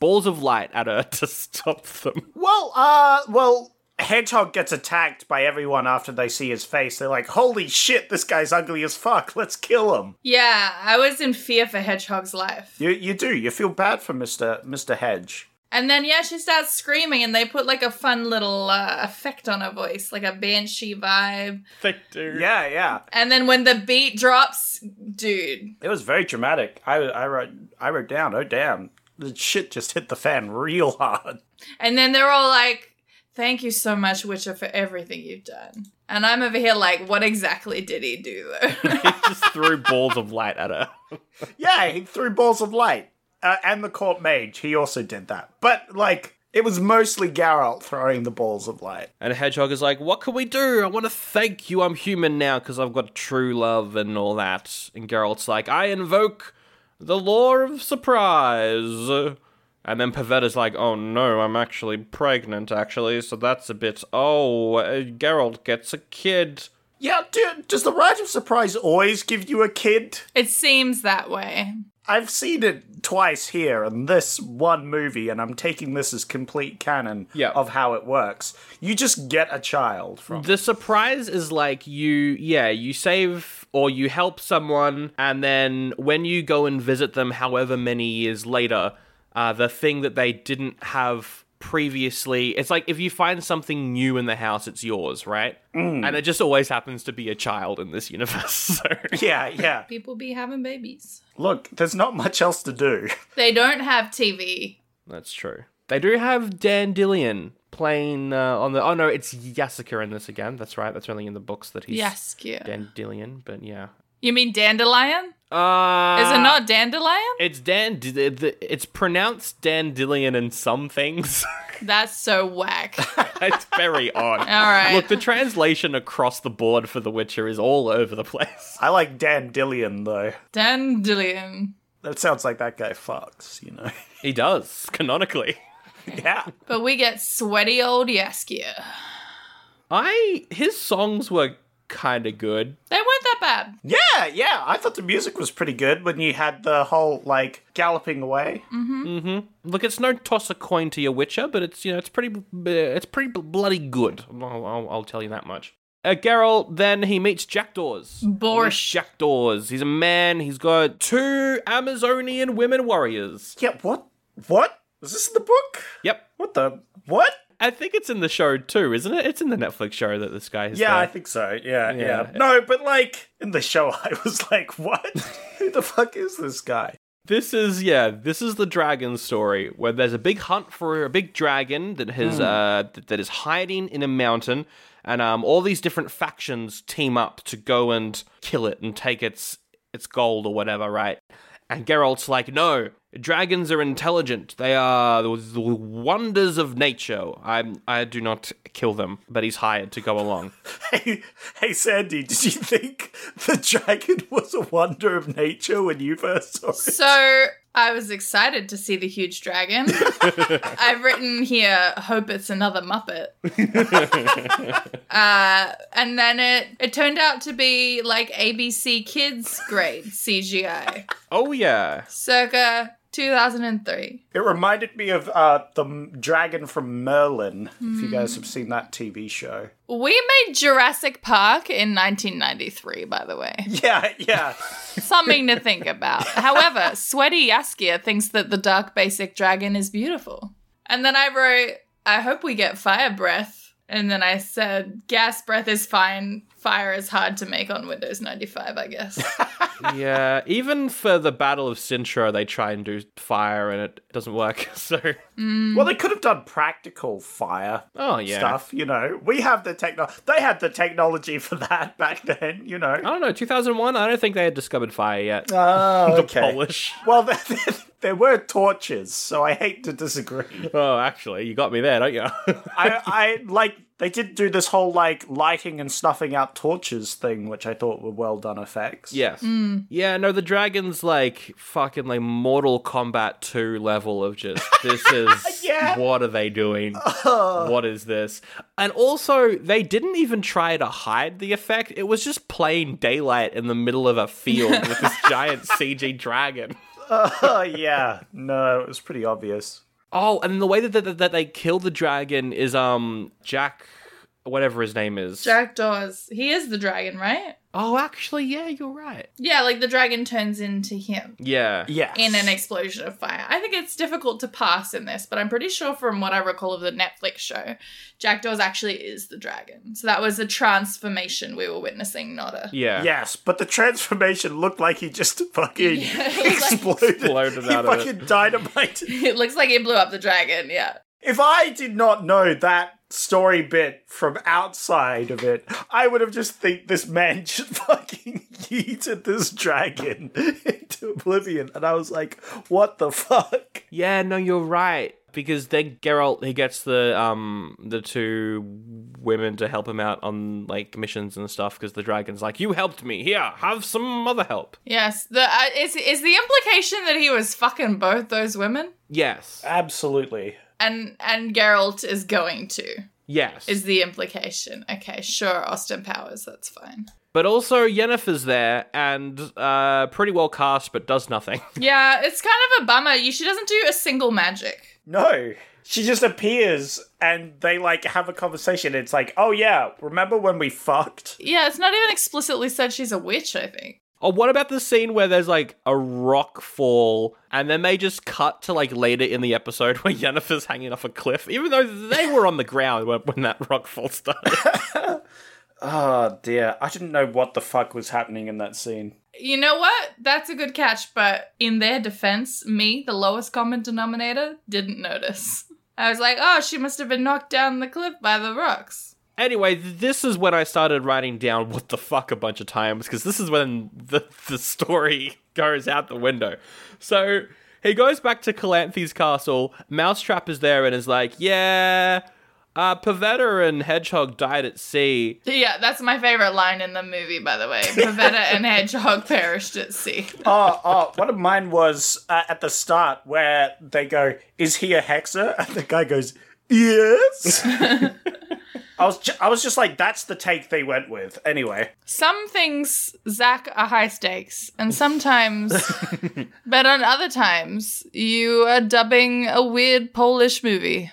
balls of light at her to stop them. Well, uh, well, Hedgehog gets attacked by everyone after they see his face. They're like, "Holy shit, this guy's ugly as fuck. Let's kill him." Yeah, I was in fear for Hedgehog's life. You you do. You feel bad for Mister Mister Hedge. And then, yeah, she starts screaming, and they put like a fun little uh, effect on her voice, like a banshee vibe. They do. Yeah, yeah. And then when the beat drops, dude, It was very dramatic. I I wrote I wrote down. Oh damn, the shit just hit the fan real hard. And then they're all like, thank you so much, Witcher, for everything you've done. And I'm over here like, what exactly did he do though? he just threw balls of light at her. Yeah, he threw balls of light. Uh, and the court mage, he also did that. But like, it was mostly Geralt throwing the balls of light. And Hedgehog is like, What can we do? I want to thank you. I'm human now because I've got true love and all that. And Geralt's like, I invoke the law of surprise. And then Pavetta's like, Oh no, I'm actually pregnant, actually. So that's a bit. Oh, uh, Geralt gets a kid. Yeah, dude, does the Rite of Surprise always give you a kid? it seems that way. I've seen it twice here in this one movie, and I'm taking this as complete canon Yeah. of how it works. You just get a child from. The surprise is like you, yeah, you save or you help someone, and then when you go and visit them, however many years later, uh, the thing that they didn't have previously, it's like if you find something new in the house, it's yours, right? And it just always happens to be a child in this universe. So. yeah, yeah. People be having babies. Look, there's not much else to do. They don't have TV. That's true. They do have Dandelion playing uh, on the. Oh no, it's Yasuka in this again. That's right. That's only in the books that he's Yes, cute. Dandelion, but yeah. You mean dandelion? Uh, Is it not dandelion? It's Dan. d- d- d- It's pronounced Dandelion in some things. That's so whack. it's very odd. All right. Look, the translation across the board for The Witcher is all over the place. I like Dandelion though. Dandelion. That sounds like that guy fucks, you know. He does canonically. yeah. But we get sweaty old Yaskia. I his songs were kind of good. They weren't that bad. Yeah, yeah. I thought the music was pretty good when you had the whole like galloping away. Mm-hmm. Mm-hmm. Look, it's no toss a coin to your Witcher, but it's you know it's pretty b- it's pretty bl- bloody good. I'll, I'll, I'll tell you that much. Uh, Geralt then he meets jackdaws. Borscht. He meets jackdaws. He's a man. He's got two Amazonian women warriors. Yeah. What? What? Is this in the book? Yep. What the? What? I think it's in the show too, isn't it? It's in the Netflix show that this guy has. Yeah, done. I think so. Yeah, yeah, Yeah. No, but like in the show, I was like, what? Who the fuck is this guy? This is yeah, this is the dragon story where there's a big hunt for a big dragon that has Hmm. uh th- that is hiding in a mountain and um all these different factions team up to go and kill it and take its its gold or whatever, right? And Geralt's like, "No, dragons are intelligent. They are the- the wonders of nature. I I do not kill them." But he's hired to go along. Hey, hey, Sandy, did you think the dragon was a wonder of nature when you first saw it? So I was excited to see the huge dragon. I've written here, hope it's another Muppet. Uh, and then it, it turned out to be like ABC Kids grade CGI, oh yeah. circa 2003. It reminded me of uh, the m- dragon from Merlin. If you guys have seen that TV show, We made Jurassic Park in 1993, by the way. Yeah, yeah. Something to think about. However, Sweaty Yaskia thinks that the dark basic dragon is beautiful. And then I wrote, I hope we get fire breath. And then I said, gas breath is fine. Fire is hard to make on Windows 95, I guess. yeah, even for the Battle of Sintra, they try and do fire and it doesn't work. So well, they could have done practical fire. Oh, yeah. stuff. You know, we have the techno. They had the technology for that back then. You know. I don't know. 2001. I don't think they had discovered fire yet. Oh, the okay. Polish. Well, there, there, there were torches, so I hate to disagree. Oh, actually, you got me there, don't you? I, I like they did do this whole like lighting and snuffing out torches thing, which I thought were well done effects. yes. Yeah. No, the dragons like fucking like Mortal Kombat 2 level of just this is what are they doing? what is this? And also, they didn't even try to hide the effect. It was just plain daylight in the middle of a field with this giant CG dragon. Oh yeah, no, it was pretty obvious. Oh, and the way that, that that they kill the dragon is um Jack, whatever his name is. Jack Dawes, he is the dragon, right? Oh, actually, yeah, you're right. Yeah, like the dragon turns into him. Yeah. Yeah. in an explosion of fire. I think it's difficult to pass in this, but I'm pretty sure from what I recall of the Netflix show, Jackdaws actually is the dragon. So that was a transformation we were witnessing, not a. Yeah. Yes, but the transformation looked like he just fucking exploded. he out of it. fucking dynamite. it looks like it blew up the dragon, yeah. If I did not know that story bit from outside of it, I would have just think this man just fucking yeeted this dragon into oblivion. And I was like, what the fuck? Yeah, no, you're right. Because then Geralt he gets the um the two women to help him out on like missions and stuff because the dragon's like, You helped me, here, have some other help. Yes, the uh, is is the implication that he was fucking both those women, Yes. Absolutely. and and Geralt is going to Yes. is the implication. Okay, sure, Austin Powers, that's fine. But also Yennefer's there and uh pretty well cast but does nothing. Yeah, it's kind of a bummer. You she doesn't do a single magic. No. She just appears and they like have a conversation. It's like, oh yeah, remember when we fucked? Yeah, it's not even explicitly said she's a witch, I think. Or Oh, what about the scene where there's like a rock fall and then they just cut to like later in the episode where Yennefer's hanging off a cliff, even though they were on the ground when, when that rock fall started. Oh dear. I didn't know what the fuck was happening in that scene. You know what? That's a good catch, but in their defense, me, the lowest common denominator, didn't notice. I was like, oh, she must have been knocked down the cliff by the rocks. Anyway, this is when I started writing down what the fuck a bunch of times because this is when the, the story goes out the window. So he goes back to Calanthes Castle. Mousetrap is there and is like, yeah, uh, Pavetta and Hedgehog died at sea. Yeah, that's my favorite line in the movie, by the way. Pavetta and Hedgehog perished at sea. Oh, oh, one of mine was uh, at the start where they go, "Is he a hexer?" And the guy goes, "Yes." I was, ju- I was just like, "That's the take they went with." Anyway, Some things, Zach, are high stakes, and sometimes, but on other times, you are dubbing a weird Polish movie.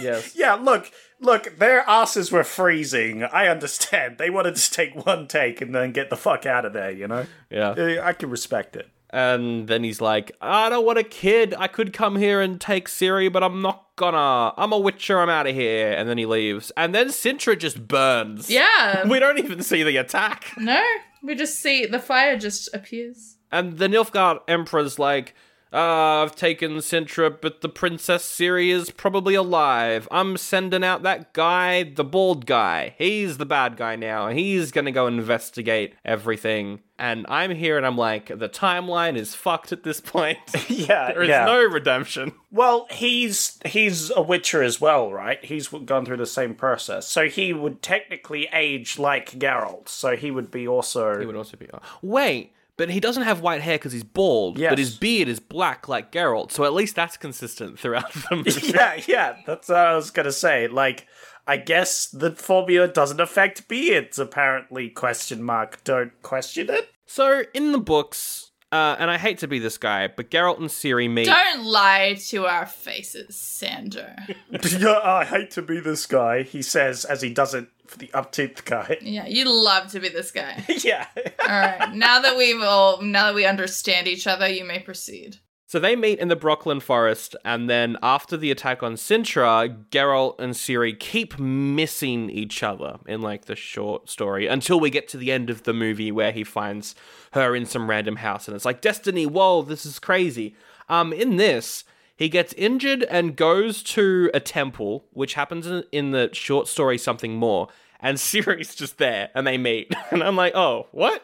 yes, yeah. Look, look, their asses were freezing. I understand. They wanted to take one take and then get the fuck out of there. You know. Yeah. Uh, I can respect it. And then he's like, I don't want a kid. I could come here and take Siri, but I'm not gonna. I'm a witcher. I'm out of here. And then he leaves. And then Sintra just burns. Yeah. We don't even see the attack. No, we just see the fire just appears. And the Nilfgaard Emperor's like, uh, I've taken Sintra, but the Princess Siri is probably alive. I'm sending out that guy, the bald guy. He's the bad guy now. He's gonna go investigate everything. And I'm here and I'm like, the timeline is fucked at this point. Yeah, There is yeah. no redemption. Well, he's he's a witcher as well, right? He's gone through the same process, so he would technically age like Geralt. So he would be also. He would also be. uh, Wait, but he doesn't have white hair because he's bald, Yes. but his beard is black like Geralt, so at least that's consistent throughout the movie. yeah, yeah. That's what I was gonna say. Like, I guess the formula doesn't affect beards. Apparently, question mark. Don't question it. So in the books, uh, and I hate to be this guy, but Geralt and Ciri meet. Don't lie to our faces, Sandra. yeah, I hate to be this guy. He says as he does it for the upteenth guy. Yeah, you love to be this guy. yeah. All right. Now that we've all, now that we understand each other, you may proceed. So they meet in the Brooklyn forest, and then after the attack on Sintra, Geralt and Ciri keep missing each other in like the short story until we get to the end of the movie where he finds her in some random house, and it's like Destiny. Whoa, this is crazy. Um, in this, he gets injured and goes to a temple, which happens in, in the short story something more. And Ciri's just there, and they meet, and I'm like, oh, what?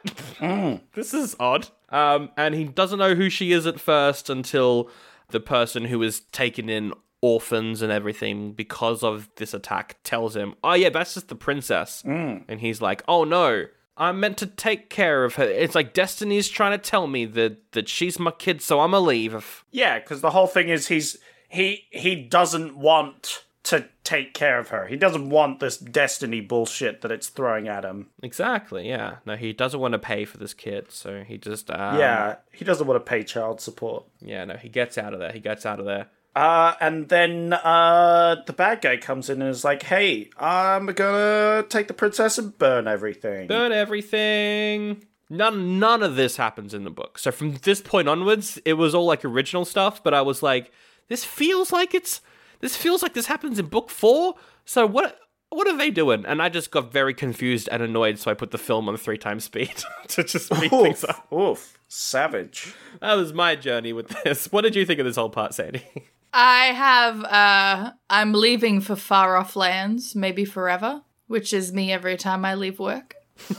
this is odd. Um, and he doesn't know who she is at first until the person who is taken in orphans and everything because of this attack tells him, "Oh yeah, that's just the princess." Mm. And he's like, "Oh no, I'm meant to take care of her. It's like destiny's trying to tell me that that she's my kid, so I'ma leave." Yeah, because the whole thing is he's he he doesn't want to take care of her. He doesn't want this destiny bullshit that it's throwing at him. Exactly. Yeah. No, he doesn't want to pay for this kid, so he just um, yeah, he doesn't want to pay child support. yeah. No, he gets out of there. He gets out of there. Uh, and then uh, the bad guy comes in and is like, "Hey, I'm gonna take the princess and burn everything." Burn everything. None none of this happens in the book. So from this point onwards, it was all like original stuff, but I was like, this feels like it's this feels like this happens in book 4. So what what are they doing? And I just got very confused and annoyed, so I put the film on three times speed to just speed things up. Oof, savage. That was my journey with this. What did you think of this whole part, Sandy? I have, uh, I'm leaving for far off lands, maybe forever, which is me every time I leave work.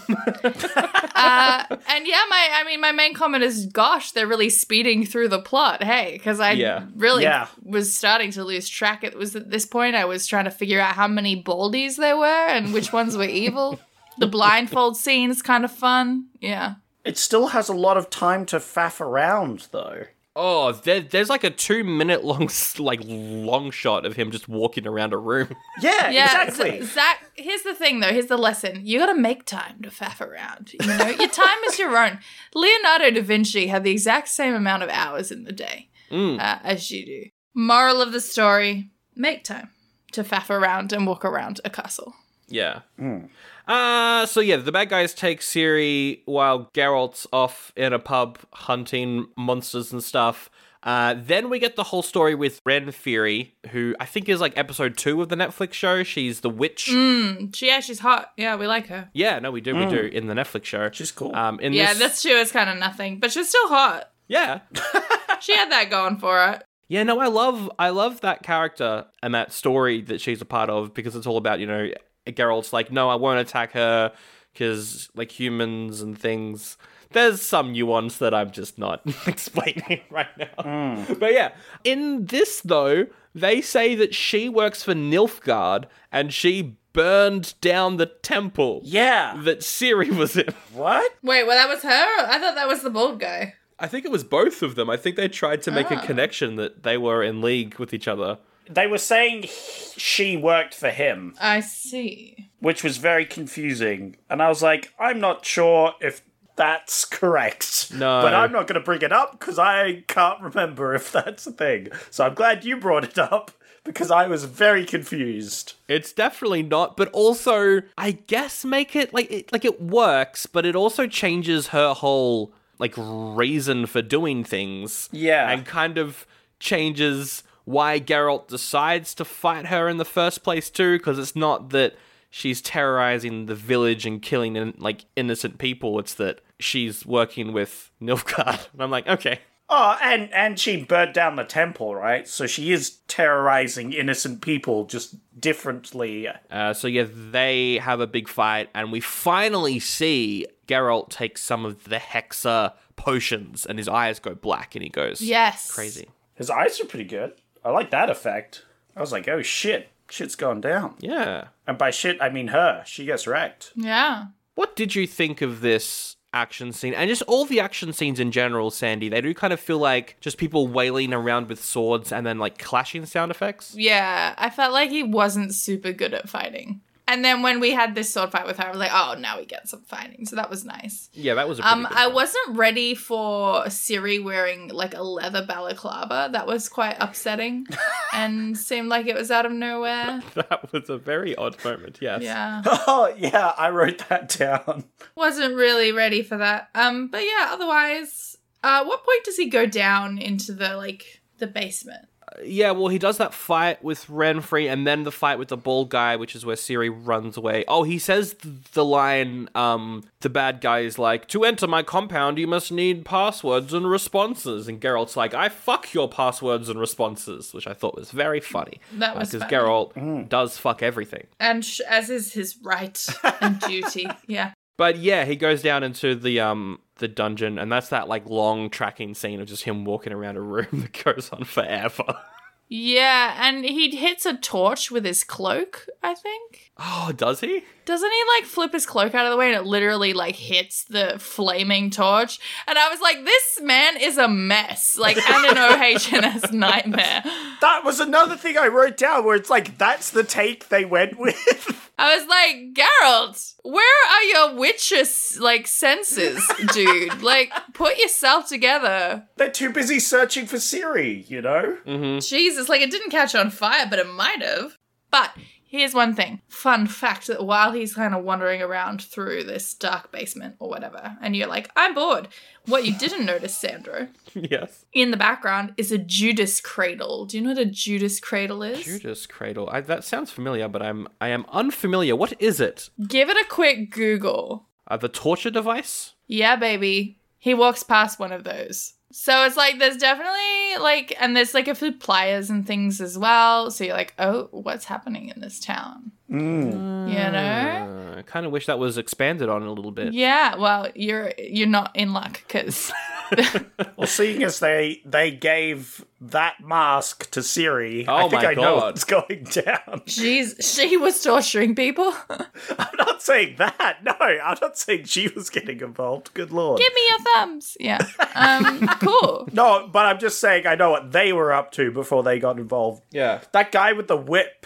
uh, and yeah, my, I mean, my main comment is, gosh, they're really speeding through the plot. Hey, because I Yeah. really Yeah. was starting to lose track. It was at this point I was trying to figure out how many baldies there were and which ones were evil. The blindfold scene is kind of fun. Yeah. It still has a lot of time to faff around, though. Oh, there, there's like a two minute long, s- like long shot of him just walking around a room. Yeah, Z- Zach, here's the thing though. Here's the lesson. You got to make time to faff around. You know, your time is your own. Leonardo da Vinci had the exact same amount of hours in the day Mm. uh, as you do. Moral of the story: Make time to faff around and walk around a castle. Yeah. Uh, so yeah, the bad guys take Siri while Geralt's off in a pub hunting monsters and stuff. Uh, then we get the whole story with Ren Fury, who I think is like episode two of the Netflix show. She's the witch. Mm, she, yeah, she's hot. Yeah, we like her. Yeah, no, we do, Mm. we do in the Netflix show. Hmm. She's cool. Um, in yeah, this, this she was kind of nothing, but she's still hot. yeah, She had that going for her. Yeah, no, I love I love that character and that story that she's a part of because it's all about, you know, Geralt's like, no, I won't attack her because like humans and things. There's some nuance that I'm just not explaining right now. But yeah, in this though, they say that she works for Nilfgaard and she burned down the temple. Yeah, that Siri was in. What? Wait, well, that was her? I thought that was the bald guy. I think it was both of them. I think they tried to make Ah. a connection that they were in league with each other. They were saying he- she worked for him, I see. which was very confusing. And I was like, I'm not sure if that's correct. No. But I'm not going to bring it up because I can't remember if that's a thing. So I'm glad you brought it up because I was very confused. It's definitely not, but also I guess make it like it, like it works, but it also changes her whole like reason for doing things. Yeah. and kind of changes why Geralt decides to fight her in the first place too, because it's not that she's terrorizing the village and killing in, like innocent people. It's that she's working with Nilfgaard. And I'm like, okay, Oh, and and she burned down the temple, right? So she is terrorizing innocent people just differently. Uh, so yeah, they have a big fight, and we finally see Geralt take some of the Hexa potions, and his eyes go black, and he goes, Yes. crazy." His eyes are pretty good. I like that effect. I was like, oh shit, shit's gone down. Yeah. And by shit, I mean her. She gets wrecked. Yeah. What did you think of this action scene, and just all the action scenes in general, Sandy? They do kind of feel like just people wailing around with swords, and then like clashing sound effects. Yeah, I felt like he wasn't super good at fighting. And then when we had this sword fight with her, I was like, oh, now we get some fighting. So that was nice. Yeah, that was a pretty Um, good I wasn't ready for Siri wearing like a leather balaclava. That was quite upsetting and seemed like it was out of nowhere. that was a very odd moment. Yes. Yeah. Oh yeah, I wrote that down. Wasn't really ready for that. Um, but yeah, otherwise, uh, what point does he go down into the like the basement? Yeah, well, he does that fight with Renfrey and then the fight with the bald guy, which is where Siri runs away. Oh, he says th- the line, um, the bad guy is like, To enter my compound, you must need passwords and responses. And Geralt's like, I fuck your passwords and responses, which I thought was very funny. That was Because funny. Geralt does fuck everything. And sh- as is his right and duty. Yeah. But yeah, he goes down into the, um, the dungeon, and that's that like long tracking scene of just him walking around a room that goes on forever. Yeah, and he hits a torch with his cloak, I think. oh, does he? Doesn't he like flip his cloak out of the way and it literally like hits the flaming torch? And I was like, this man is a mess. Like, and an OHS nightmare. That was another thing I wrote down where it's like, that's the take they went with. I was like, Geralt, where are your witches like senses, dude? like, put yourself together. They're too busy searching for Siri, you know? Mm. Jesus, like it didn't catch on fire, but it might have. But here's one thing. Fun fact that while he's kind of wandering around through this dark basement or whatever, and you're like, I'm bored. What you didn't notice, Sandro, yes. in the background is a Judas cradle. Do you know what a Judas cradle is? Judas Cradle. I, that sounds familiar, but I'm I am unfamiliar. What is it? Give it a quick Google. Uh, the torture device? Yeah, baby. He walks past one of those. So it's like there's definitely like and there's like a few pliers and things as well. So you're like, oh, what's happening in this town? You know? Uh, I kind of wish that was expanded on a little bit. Yeah, well, you're you're not in luck because Well, seeing as they they gave that mask to Siri, Oh I think my I know God. what's going down. she's she was torturing people. I'm not saying that. No, I'm not saying she was getting involved. Good lord. Give me your thumbs. Yeah. Um. Cool. No, but I'm just saying I know what they were up to before they got involved. Yeah. That guy with the whip.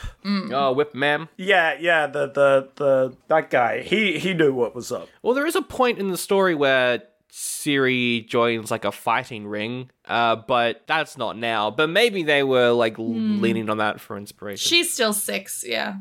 Oh, whip ma'am. Yeah, yeah, the the the that guy. He he knew what was up. Well, there is a point in the story where Siri joins like a fighting ring, uh, but that's not now. But maybe they were like l- Hmm. leaning on that for inspiration. She's still six. Yeah.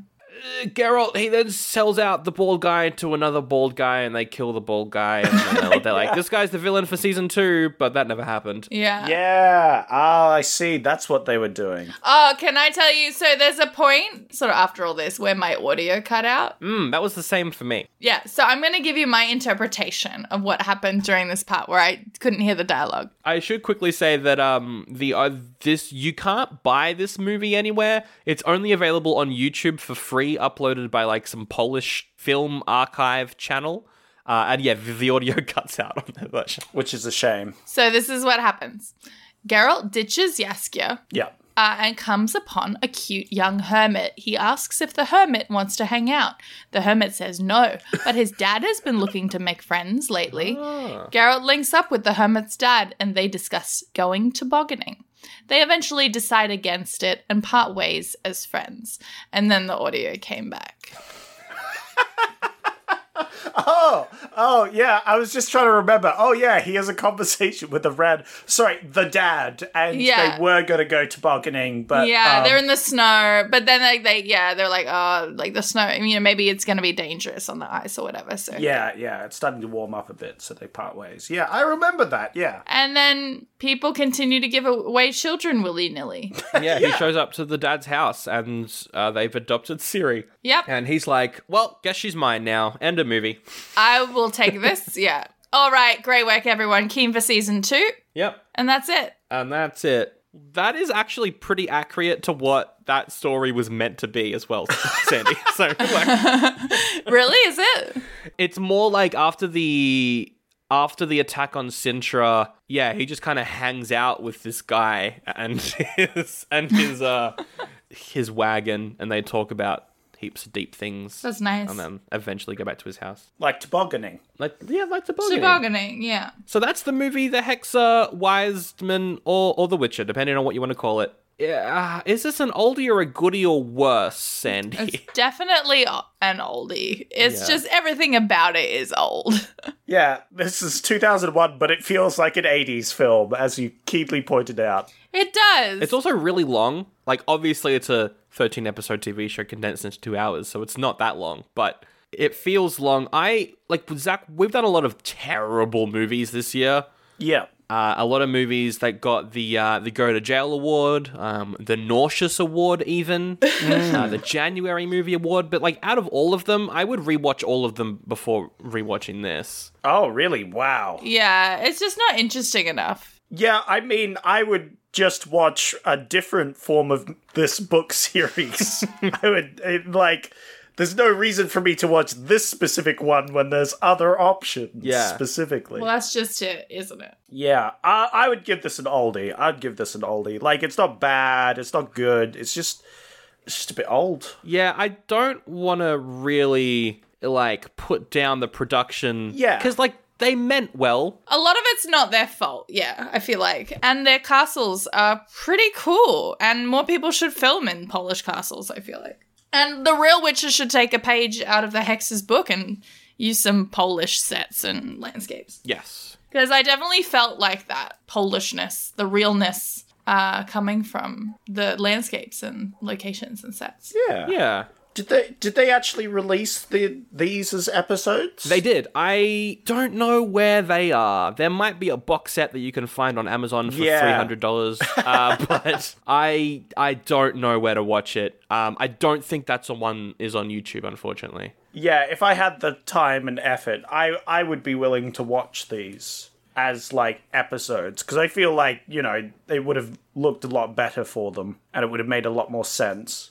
Uh, Geralt, he then sells out the bald guy to another bald guy, and they kill the bald guy. And then they're, they're like, this guy's the villain for season two, but that never happened. Yeah. Yeah. Ah, Oh, I see. That's what they were doing. Oh, can I tell you? So there's a point, sort of after all this, where my audio cut out. Mm, that was the same for me. Yeah. So I'm gonna give you my interpretation of what happened during this part where I couldn't hear the dialogue. I should quickly say that um the uh, this you can't buy this movie anywhere. It's only available on YouTube for free free, uploaded by like some Polish film archive channel. Uh, and yeah, the audio cuts out on that version, which is a shame. So this is what happens. Geralt ditches Yaskia Yeah. uh, and comes upon a cute young hermit. He asks if the hermit wants to hang out. The hermit says no, but his dad has been looking to make friends lately. Ah. Geralt links up with the hermit's dad and they discuss going tobogganing. They eventually decide against it and part ways as friends. And then the audio came back. Oh, oh yeah. I was just trying to remember. Oh yeah, he has a conversation with the red. Sorry, the dad, and Yeah. they were going to go tobogganing, but yeah, um, they're in the snow, but then like they yeah, they're like, oh, like the snow, you know, maybe it's gonna be dangerous on the ice or whatever. So Yeah, yeah. It's starting to warm up a bit, so they part ways. Yeah, I remember that. Yeah. And then people continue to give away children willy nilly. yeah, he shows up to the dad's house and uh, they've adopted Siri. Yep. And he's like, well, guess she's mine now. End of movie. I will take this. Yeah. All right. Great work, everyone. Keen for season two. Yep. And that's it. And that's it. That is actually pretty accurate to what that story was meant to be as well, Sandy. so like, Really? Is it? it's more like after the after the attack on Sintra, yeah, he just kind of hangs out with this guy and his and his uh his wagon and they talk about heaps of deep things. That's nice. And then eventually go back to his house. Like tobogganing. Like yeah, like the Tobogganing. Yeah. So that's the movie The Hexer, Wiseman, or, or The Witcher, depending on what you want to call it. Yeah, uh, is this an oldie or a goodie or worse, Sandy? It's definitely o- an oldie. It's Yeah. just everything about it is old. Yeah, this is 2001, but it feels like an 80s film, as you keenly pointed out. It does. It's also really long. Like, obviously, it's a 13 episode TV show condensed into two hours, so it's not that long, but it feels long. I, like, with Zach, we've done a lot of terrible movies this year. Yeah. Uh, a lot of movies that got the uh, the Go to Jail Award, um, the Nauseous Award, even uh, the January Movie Award. But like, out of all of them, I would rewatch all of them before rewatching this. Oh, really? Wow. yeah. It's just not interesting enough. Yeah, I mean, I would just watch a different form of this book series. I would, it, like, there's no reason for me to watch this specific one when there's other options Yeah. specifically. Well, that's just it, isn't it? yeah, I, I would give this an oldie. I'd give this an oldie. Like, it's not bad, it's not good, it's just, it's just a bit old. Yeah, I don't want to really like put down the production. Yeah. because like they meant well. A lot of it's not their fault, yeah, I feel like. And their castles are pretty cool, and more people should film in Polish castles, I feel like. And the real witches should take a page out of the Hex's book and use some Polish sets and landscapes. Yes. Because I definitely felt like that Polishness, the realness uh, coming from the landscapes and locations and sets. Yeah. Yeah. Did they did they actually release the these as episodes? They did. I don't know where they are. There might be a box set that you can find on Amazon for Yeah. three hundred dollars, uh, but I I don't know where to watch it. Um, I don't think that's on one is on YouTube, unfortunately. Yeah, if I had the time and effort, I I would be willing to watch these as like episodes because I feel like you know they would have looked a lot better for them and it would have made a lot more sense.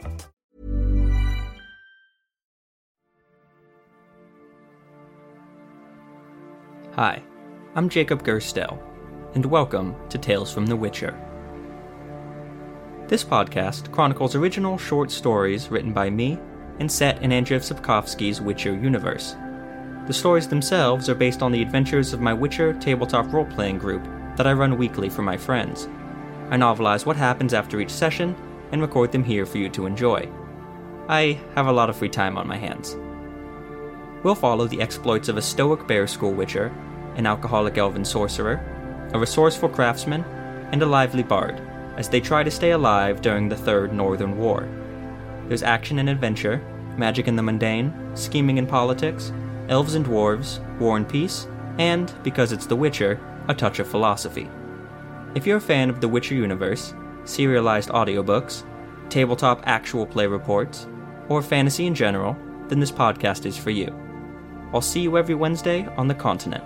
Hi, I'm Jacob Gerstel, and welcome to Tales from the Witcher. This podcast chronicles original short stories written by me and set in Andrzej Sapkowski's Witcher universe. The stories themselves are based on the adventures of my Witcher tabletop role playing group that I run weekly for my friends. I novelize what happens after each session and record them here for you to enjoy. I have a lot of free time on my hands we'll follow the exploits of a stoic bear school witcher, an alcoholic elven sorcerer, a resourceful craftsman, and a lively bard as they try to stay alive during the Third Northern War. There's action and adventure, magic and the mundane, scheming and politics, elves and dwarves, war and peace, and, because it's The Witcher, a touch of philosophy. If you're a fan of The Witcher universe, serialized audiobooks, tabletop actual play reports, or fantasy in general, then this podcast is for you. I'll see you every Wednesday on the continent.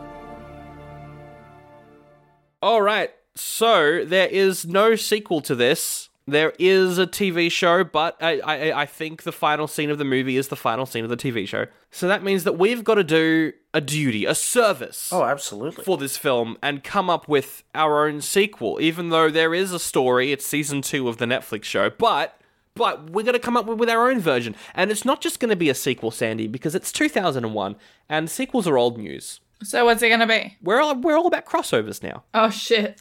All right. So there is no sequel to this. There is a TV show, but I, I, I think the final scene of the movie is the final scene of the TV show. So that means that we've got to do a duty, a service. Oh, absolutely. For this film and come up with our own sequel, even though there is a story. It's season two of the Netflix show, but but we're going to come up with our own version. And it's not just going to be a sequel, Sandy, because it's 2001 and sequels are old news. So what's it gonna be? We're all, we're all about crossovers now. Oh shit.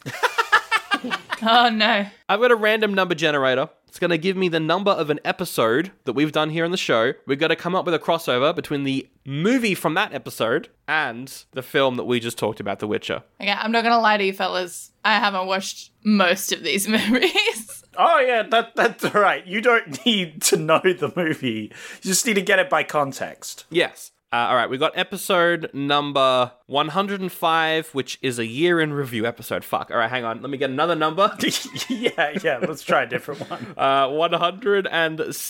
oh no. I've got a random number generator. It's going to give me the number of an episode that we've done here on the show. We've got to come up with a crossover between the movie from that episode and the film that we just talked about, The Witcher. Okay, I'm not gonna lie to you fellas. I haven't watched most of these movies. Oh yeah, that that's all right. You don't need to know the movie. You just need to get it by context. Yes. Uh, all right, we got episode number 105, which is a year in review episode. Fuck. All right, hang on. Let me get another number. yeah, yeah. Let's try a different one. Uh,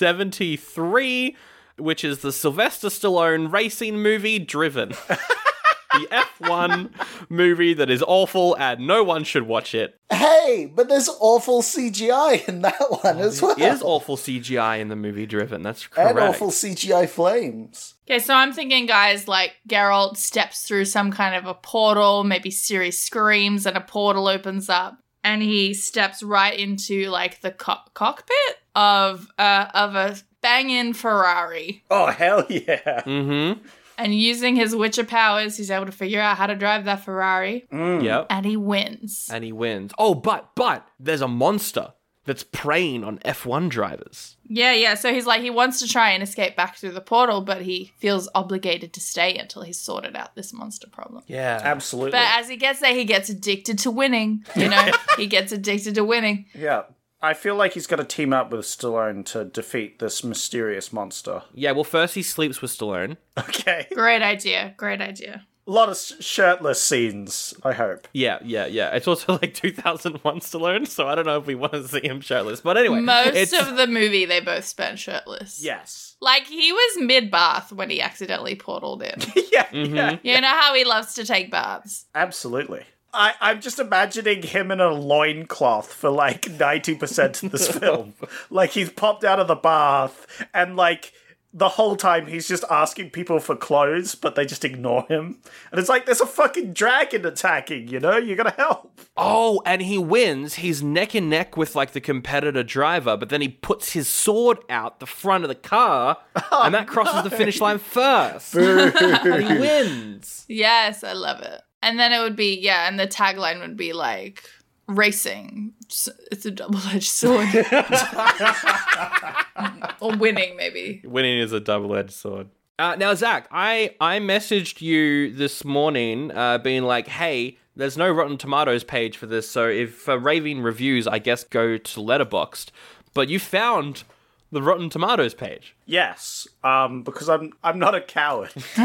173, which is the Sylvester Stallone racing movie Driven. the F1 movie that is awful and no one should watch it. Hey, but there's awful CGI in that one Oh, as well. It is awful CGI in the movie Driven. That's correct. and awful CGI flames. Okay, so I'm thinking, guys, like Geralt steps through some kind of a portal, maybe Siri screams and a portal opens up, and he steps right into like the co- cockpit of uh, of a banging Ferrari. Oh hell yeah! Mm-hmm. And using his Witcher powers, he's able to figure out how to drive that Ferrari, Hmm. Mm. Yep. and he wins. And he wins. Oh, but but there's a monster that's preying on F1 drivers. Yeah, yeah. So he's like, he wants to try and escape back through the portal, but he feels obligated to stay until he's sorted out this monster problem. Yeah, absolutely. But as he gets there, he gets addicted to winning. You know, he gets addicted to winning. yeah, I feel like he's got to team up with Stallone to defeat this mysterious monster. Yeah, well, first he sleeps with Stallone. Okay, Great idea. Great idea. a lot of s- shirtless scenes. I hope. Yeah, yeah, yeah. It's also like 2001 Stallone, so I don't know if we want to see him shirtless. But anyway, Most it's- of the movie, they both spent shirtless. Yes. Like he was mid bath when he accidentally portaled in. Yeah. Mhm. you know how he loves to take baths. Absolutely. I, I'm just imagining him in a loincloth for like 90% of this film. Like he's popped out of the bath and like the whole time he's just asking people for clothes, but they just ignore him. And it's like there's a fucking dragon attacking, you know? You gotta help. Oh, and he wins. He's neck and neck with like the competitor driver, but then he puts his sword out the front of the car, and that crosses the finish line first. and he wins. Yes, I love it. And then it would be, yeah, and the tagline would be like, racing. s- It's a double edged sword. or winning, maybe. Winning is a double-edged sword. Uh, now, Zach, I I messaged you this morning, uh, being like, "Hey, there's no Rotten Tomatoes page for this, so if for raving reviews, I guess go to Letterboxd." But you found the Rotten Tomatoes page. Yes, um, because I'm I'm not a coward.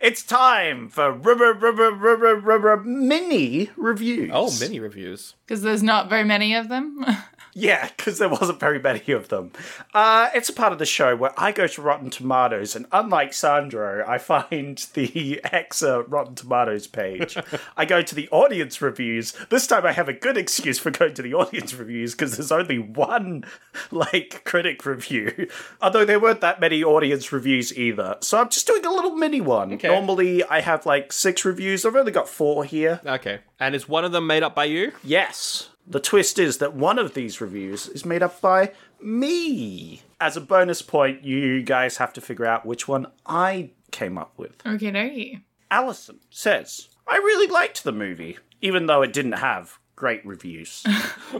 it's time for rubber rubber rubber rubber mini reviews. Oh, many reviews. Because there's not very many of them. Yeah, because there wasn't very many of them. Uh, it's a part of the show where I go to Rotten Tomatoes, and unlike Sandro, I find the Exa Rotten Tomatoes page. I go to the audience reviews. This time I have a good excuse for going to the audience reviews because there's only one, like, critic review. Although there weren't that many audience reviews either. So I'm just doing a little mini one. Normally I have, like, six reviews. I've only got four here. Okay, and is one of them made up by you? Yes. The twist is that one of these reviews is made up by me. As a bonus point, you guys have to figure out which one I came up with. okay, no. Allison says, I really liked the movie, even though it didn't have Great reviews.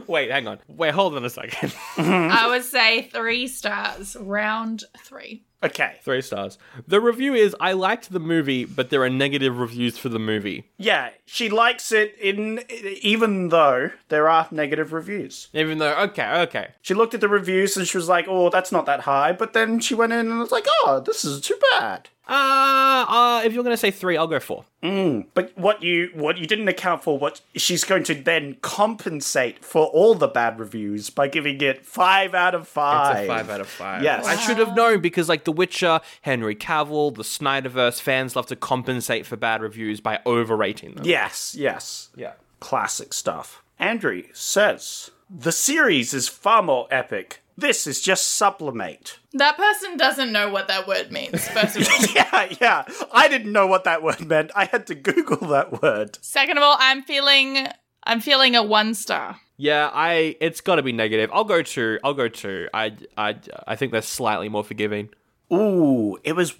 Wait, hang on. Wait, hold on a second. I would say three stars, round three. Okay. Three stars. The review is I liked the movie, but there are negative reviews for the movie. Yeah, she likes it in even though there are negative reviews. Even though okay, okay. She looked at the reviews and she was like, "Oh, that's not that high." But then she went in and was like, "Oh, this is too bad." Uh, uh if you're going to say 3, I'll go 4. Mm, but what you what you didn't account for what she's going to then compensate for all the bad reviews by giving it 5 out of 5. It's a 5 out of 5. Yes. I should have known because like The Witcher, Henry Cavill, the Snyderverse fans love to compensate for bad reviews by overrating them. Yes, yes. Yeah. Classic stuff. Andrew says, "The series is far more epic. This is just sublimate." That person doesn't know what that word means, first of all. yeah, yeah. I didn't know what that word meant. I had to Google that word. Second of all, I'm feeling I'm feeling a one star. Yeah, I it's got to be negative. I'll go 2. I'll go 2. I I I think they're slightly more forgiving. Ooh, it was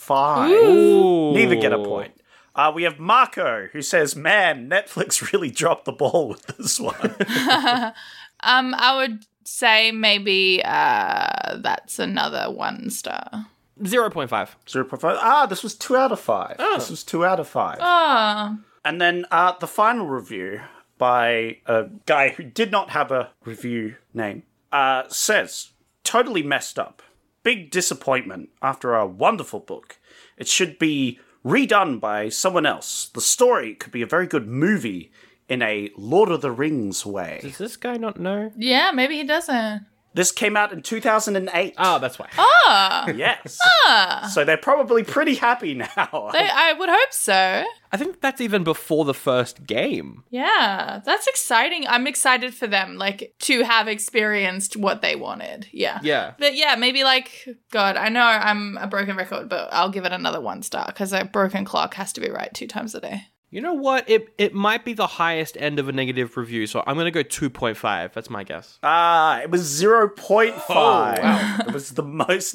1.5. Neither get a point. Uh, we have Marco who says, "Man, Netflix really dropped the ball with this one." Um, I would say maybe uh that's another one star. 0.5. 0.5. Ah, this was 2 out of 5. This was 2 out of 5. Oh. And then uh, the final review by a guy who did not have a review name uh, says, totally messed up. Big disappointment after a wonderful book. It should be redone by someone else. The story could be a very good movie in a Lord of the Rings way. Does this guy not know? Yeah, maybe he doesn't. This came out in 2008. Oh, that's why. Oh. Yes. Ah. So they're probably pretty happy now. They- I would hope so. I think that's even before the first game. Yeah, that's exciting. I'm excited for them, like to have experienced what they wanted. Yeah. Yeah. But yeah, maybe like God, I know I'm a broken record, but I'll give it another one star because a broken clock has to be right two times a day. You know what? It it might be the highest end of a negative review, so I'm gonna go 2.5. That's my guess. Ah, it was 0.5. Oh, wow. It was the most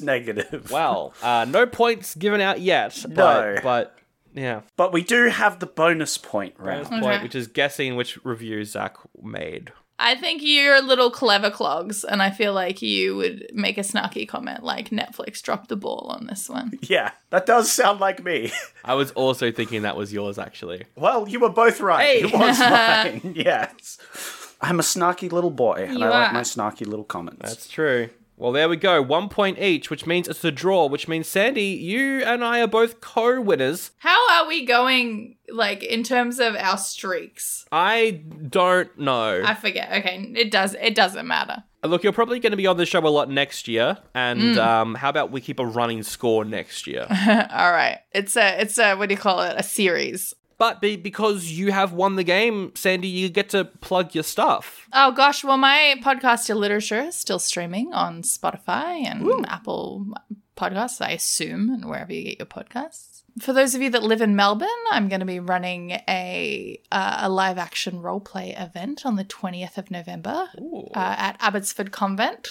negative. Well, uh, no points given out yet. But, No. but yeah, But we do have the bonus point bonus round. Okay. point, which is guessing which review Zach made. I think you're little clever clogs, and I feel like you would make a snarky comment like Netflix dropped the ball on this one. Yeah, that does sound like me. I was also thinking that was yours, actually. Well, you were both right. Hey. It was mine. Yes. I'm a snarky little boy, and You I like are. my snarky little comments. That's true. Well, there we go. One point each, which means it's a draw. Which means Sandy, you and I are both co-winners. How are we going, like, in terms of our streaks? I don't know. I forget. Okay, it does. It doesn't matter. Look, you're probably going to be on the show a lot next year, and um, how about we keep a running score next year? All right. It's a. It's a. What do you call it? A series. but be- because you have won the game, Sandy, you get to plug your stuff. Oh gosh. Well, my podcast, Your Literature, is still streaming on Spotify and Apple Podcasts, I assume, and wherever you get your podcasts. For those of you that live in Melbourne, I'm going to be running a uh, a live action role play event on the 20th of November uh, at Abbotsford Convent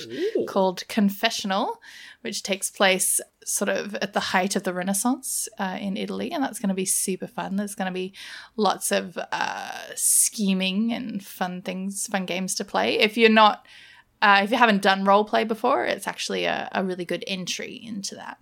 called Confessional, which takes place sort of at the height of the Renaissance uh, in Italy, and that's going to be super fun. There's going to be lots of uh, scheming and fun things, fun games to play. If you're not, uh, if you haven't done role play before, it's actually a, a really good entry into that.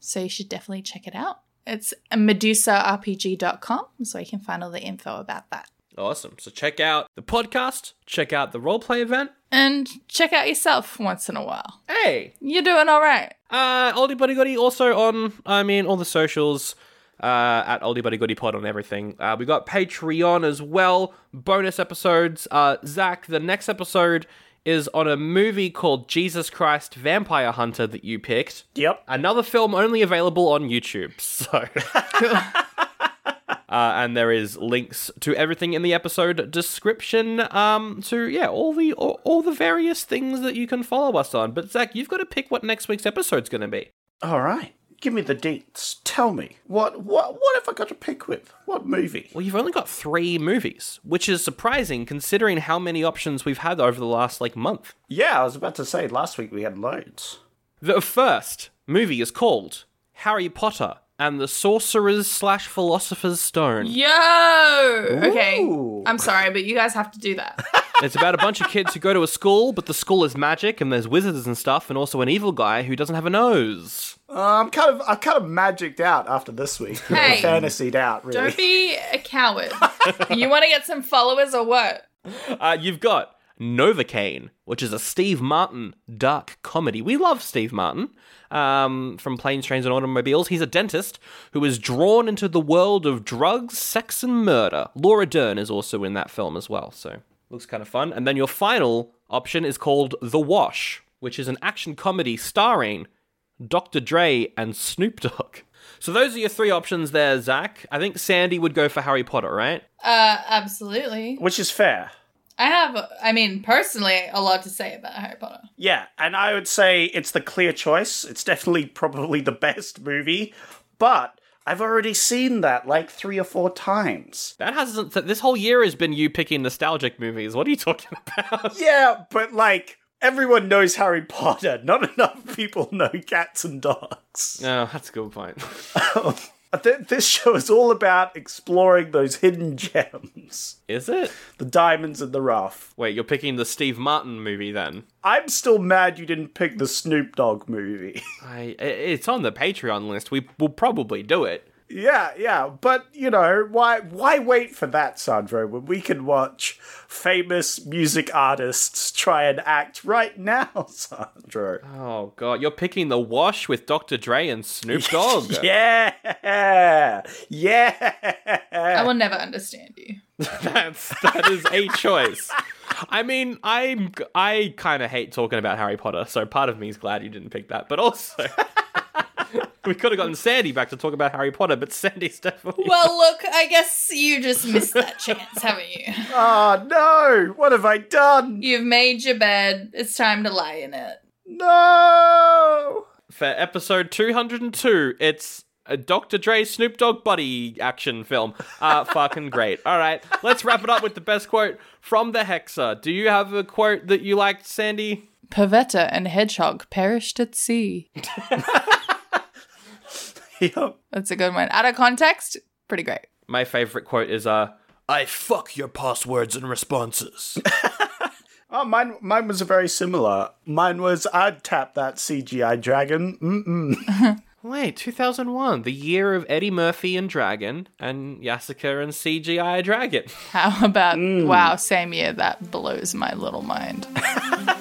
So you should definitely check it out. It's medusarpg.com, so you can find all the info about that. Awesome. So check out the podcast, check out the roleplay event. And check out yourself once in a while. Hey, You're doing all right. uh, Oldie Buddy Goody also on, I mean, all the socials. Uh, at Oldie Buddy Goody Pod on everything. Uh, we got Patreon as well, bonus episodes. Uh, Zach, the next episode is on a movie called Jesus Christ Vampire Hunter that you picked. Yep. Another film only available on YouTube. So. Uh, and there is links to everything in the episode description. Um, to yeah, all the all, all the various things that you can follow us on. But Zach, you've got to pick what next week's episode's going to be. All right. Give me the deets. Tell me. What what what have I got to pick with? What movie? Well, you've only got three movies, which is surprising considering how many options we've had over the last like month. Yeah, I was about to say last week we had loads. The first movie is called Harry Potter and the Sorcerer's slash Philosopher's Stone. Yo! Okay. I'm sorry, but you guys have to do that. It's about a bunch of kids who go to a school, but the school is magic and there's wizards and stuff, and also an evil guy who doesn't have a nose. Uh, I'm kind of I'm kind of magicked out after this week. Hey. fantasied out really. Don't be a coward. you want to get some followers or what? Uh, you've got Novocaine, which is a Steve Martin dark comedy. We love Steve Martin um, from Planes, Trains, and Automobiles. He's a dentist who is drawn into the world of drugs, sex, and murder. Laura Dern is also in that film as well, so looks kind of fun. And then your final option is called The Wash, which is an action comedy starring Dr. Dre and Snoop Dogg. So those are your three options there, Zach. I think Sandy would go for Harry Potter, right? Uh, absolutely. Which is fair. I have, I mean, personally, a lot to say about Harry Potter. Yeah, and I would say it's the clear choice. It's definitely probably the best movie, but I've already seen that like three or four times. That hasn't. This whole year has been you picking nostalgic movies. What are you talking about? Yeah, but like everyone knows Harry Potter. Not enough people know cats and dogs. Um, No, that's a good point. Th- this show is all about exploring those hidden gems. Is it? The diamonds in the rough. Wait, you're picking the Steve Martin movie then? I'm still mad you didn't pick the Snoop Dogg movie. I, i- it's on the Patreon list. We will probably do it. yeah, yeah, but you know why? Why wait for that, Sandro? When we can watch famous music artists try and act right now, Sandro. Oh god, you're picking the Wash with Dr. Dre and Snoop Dogg. yeah, yeah. I will never understand you. That's that is a choice. I mean, I'm I kind of hate talking about Harry Potter, so part of me is glad you didn't pick that. But also, we could have gotten Sandy back to talk about Harry Potter, but Sandy's definitely Well, look, I guess you just missed that chance, haven't you? Oh no! What have I done? You've made your bed. It's time to lie in it. No. for episode 202. It's a Dr. Dre Snoop Dogg buddy action film. Uh, fucking great. All right, let's wrap it up with the best quote from the Hexa. Do you have a quote that you liked, Sandy? Pavetta and Hedgehog perished at sea. yep. That's a good one. Out of context, pretty great. My favorite quote is uh, I fuck your passwords and responses. Oh, mine, mine was very similar. Mine was I'd tap that CGI dragon. Mm-mm. Wait, 2001, the year of Eddie Murphy and Dragon, and Yasuka and CGI Dragon. How about, wow, same year. That blows my little mind.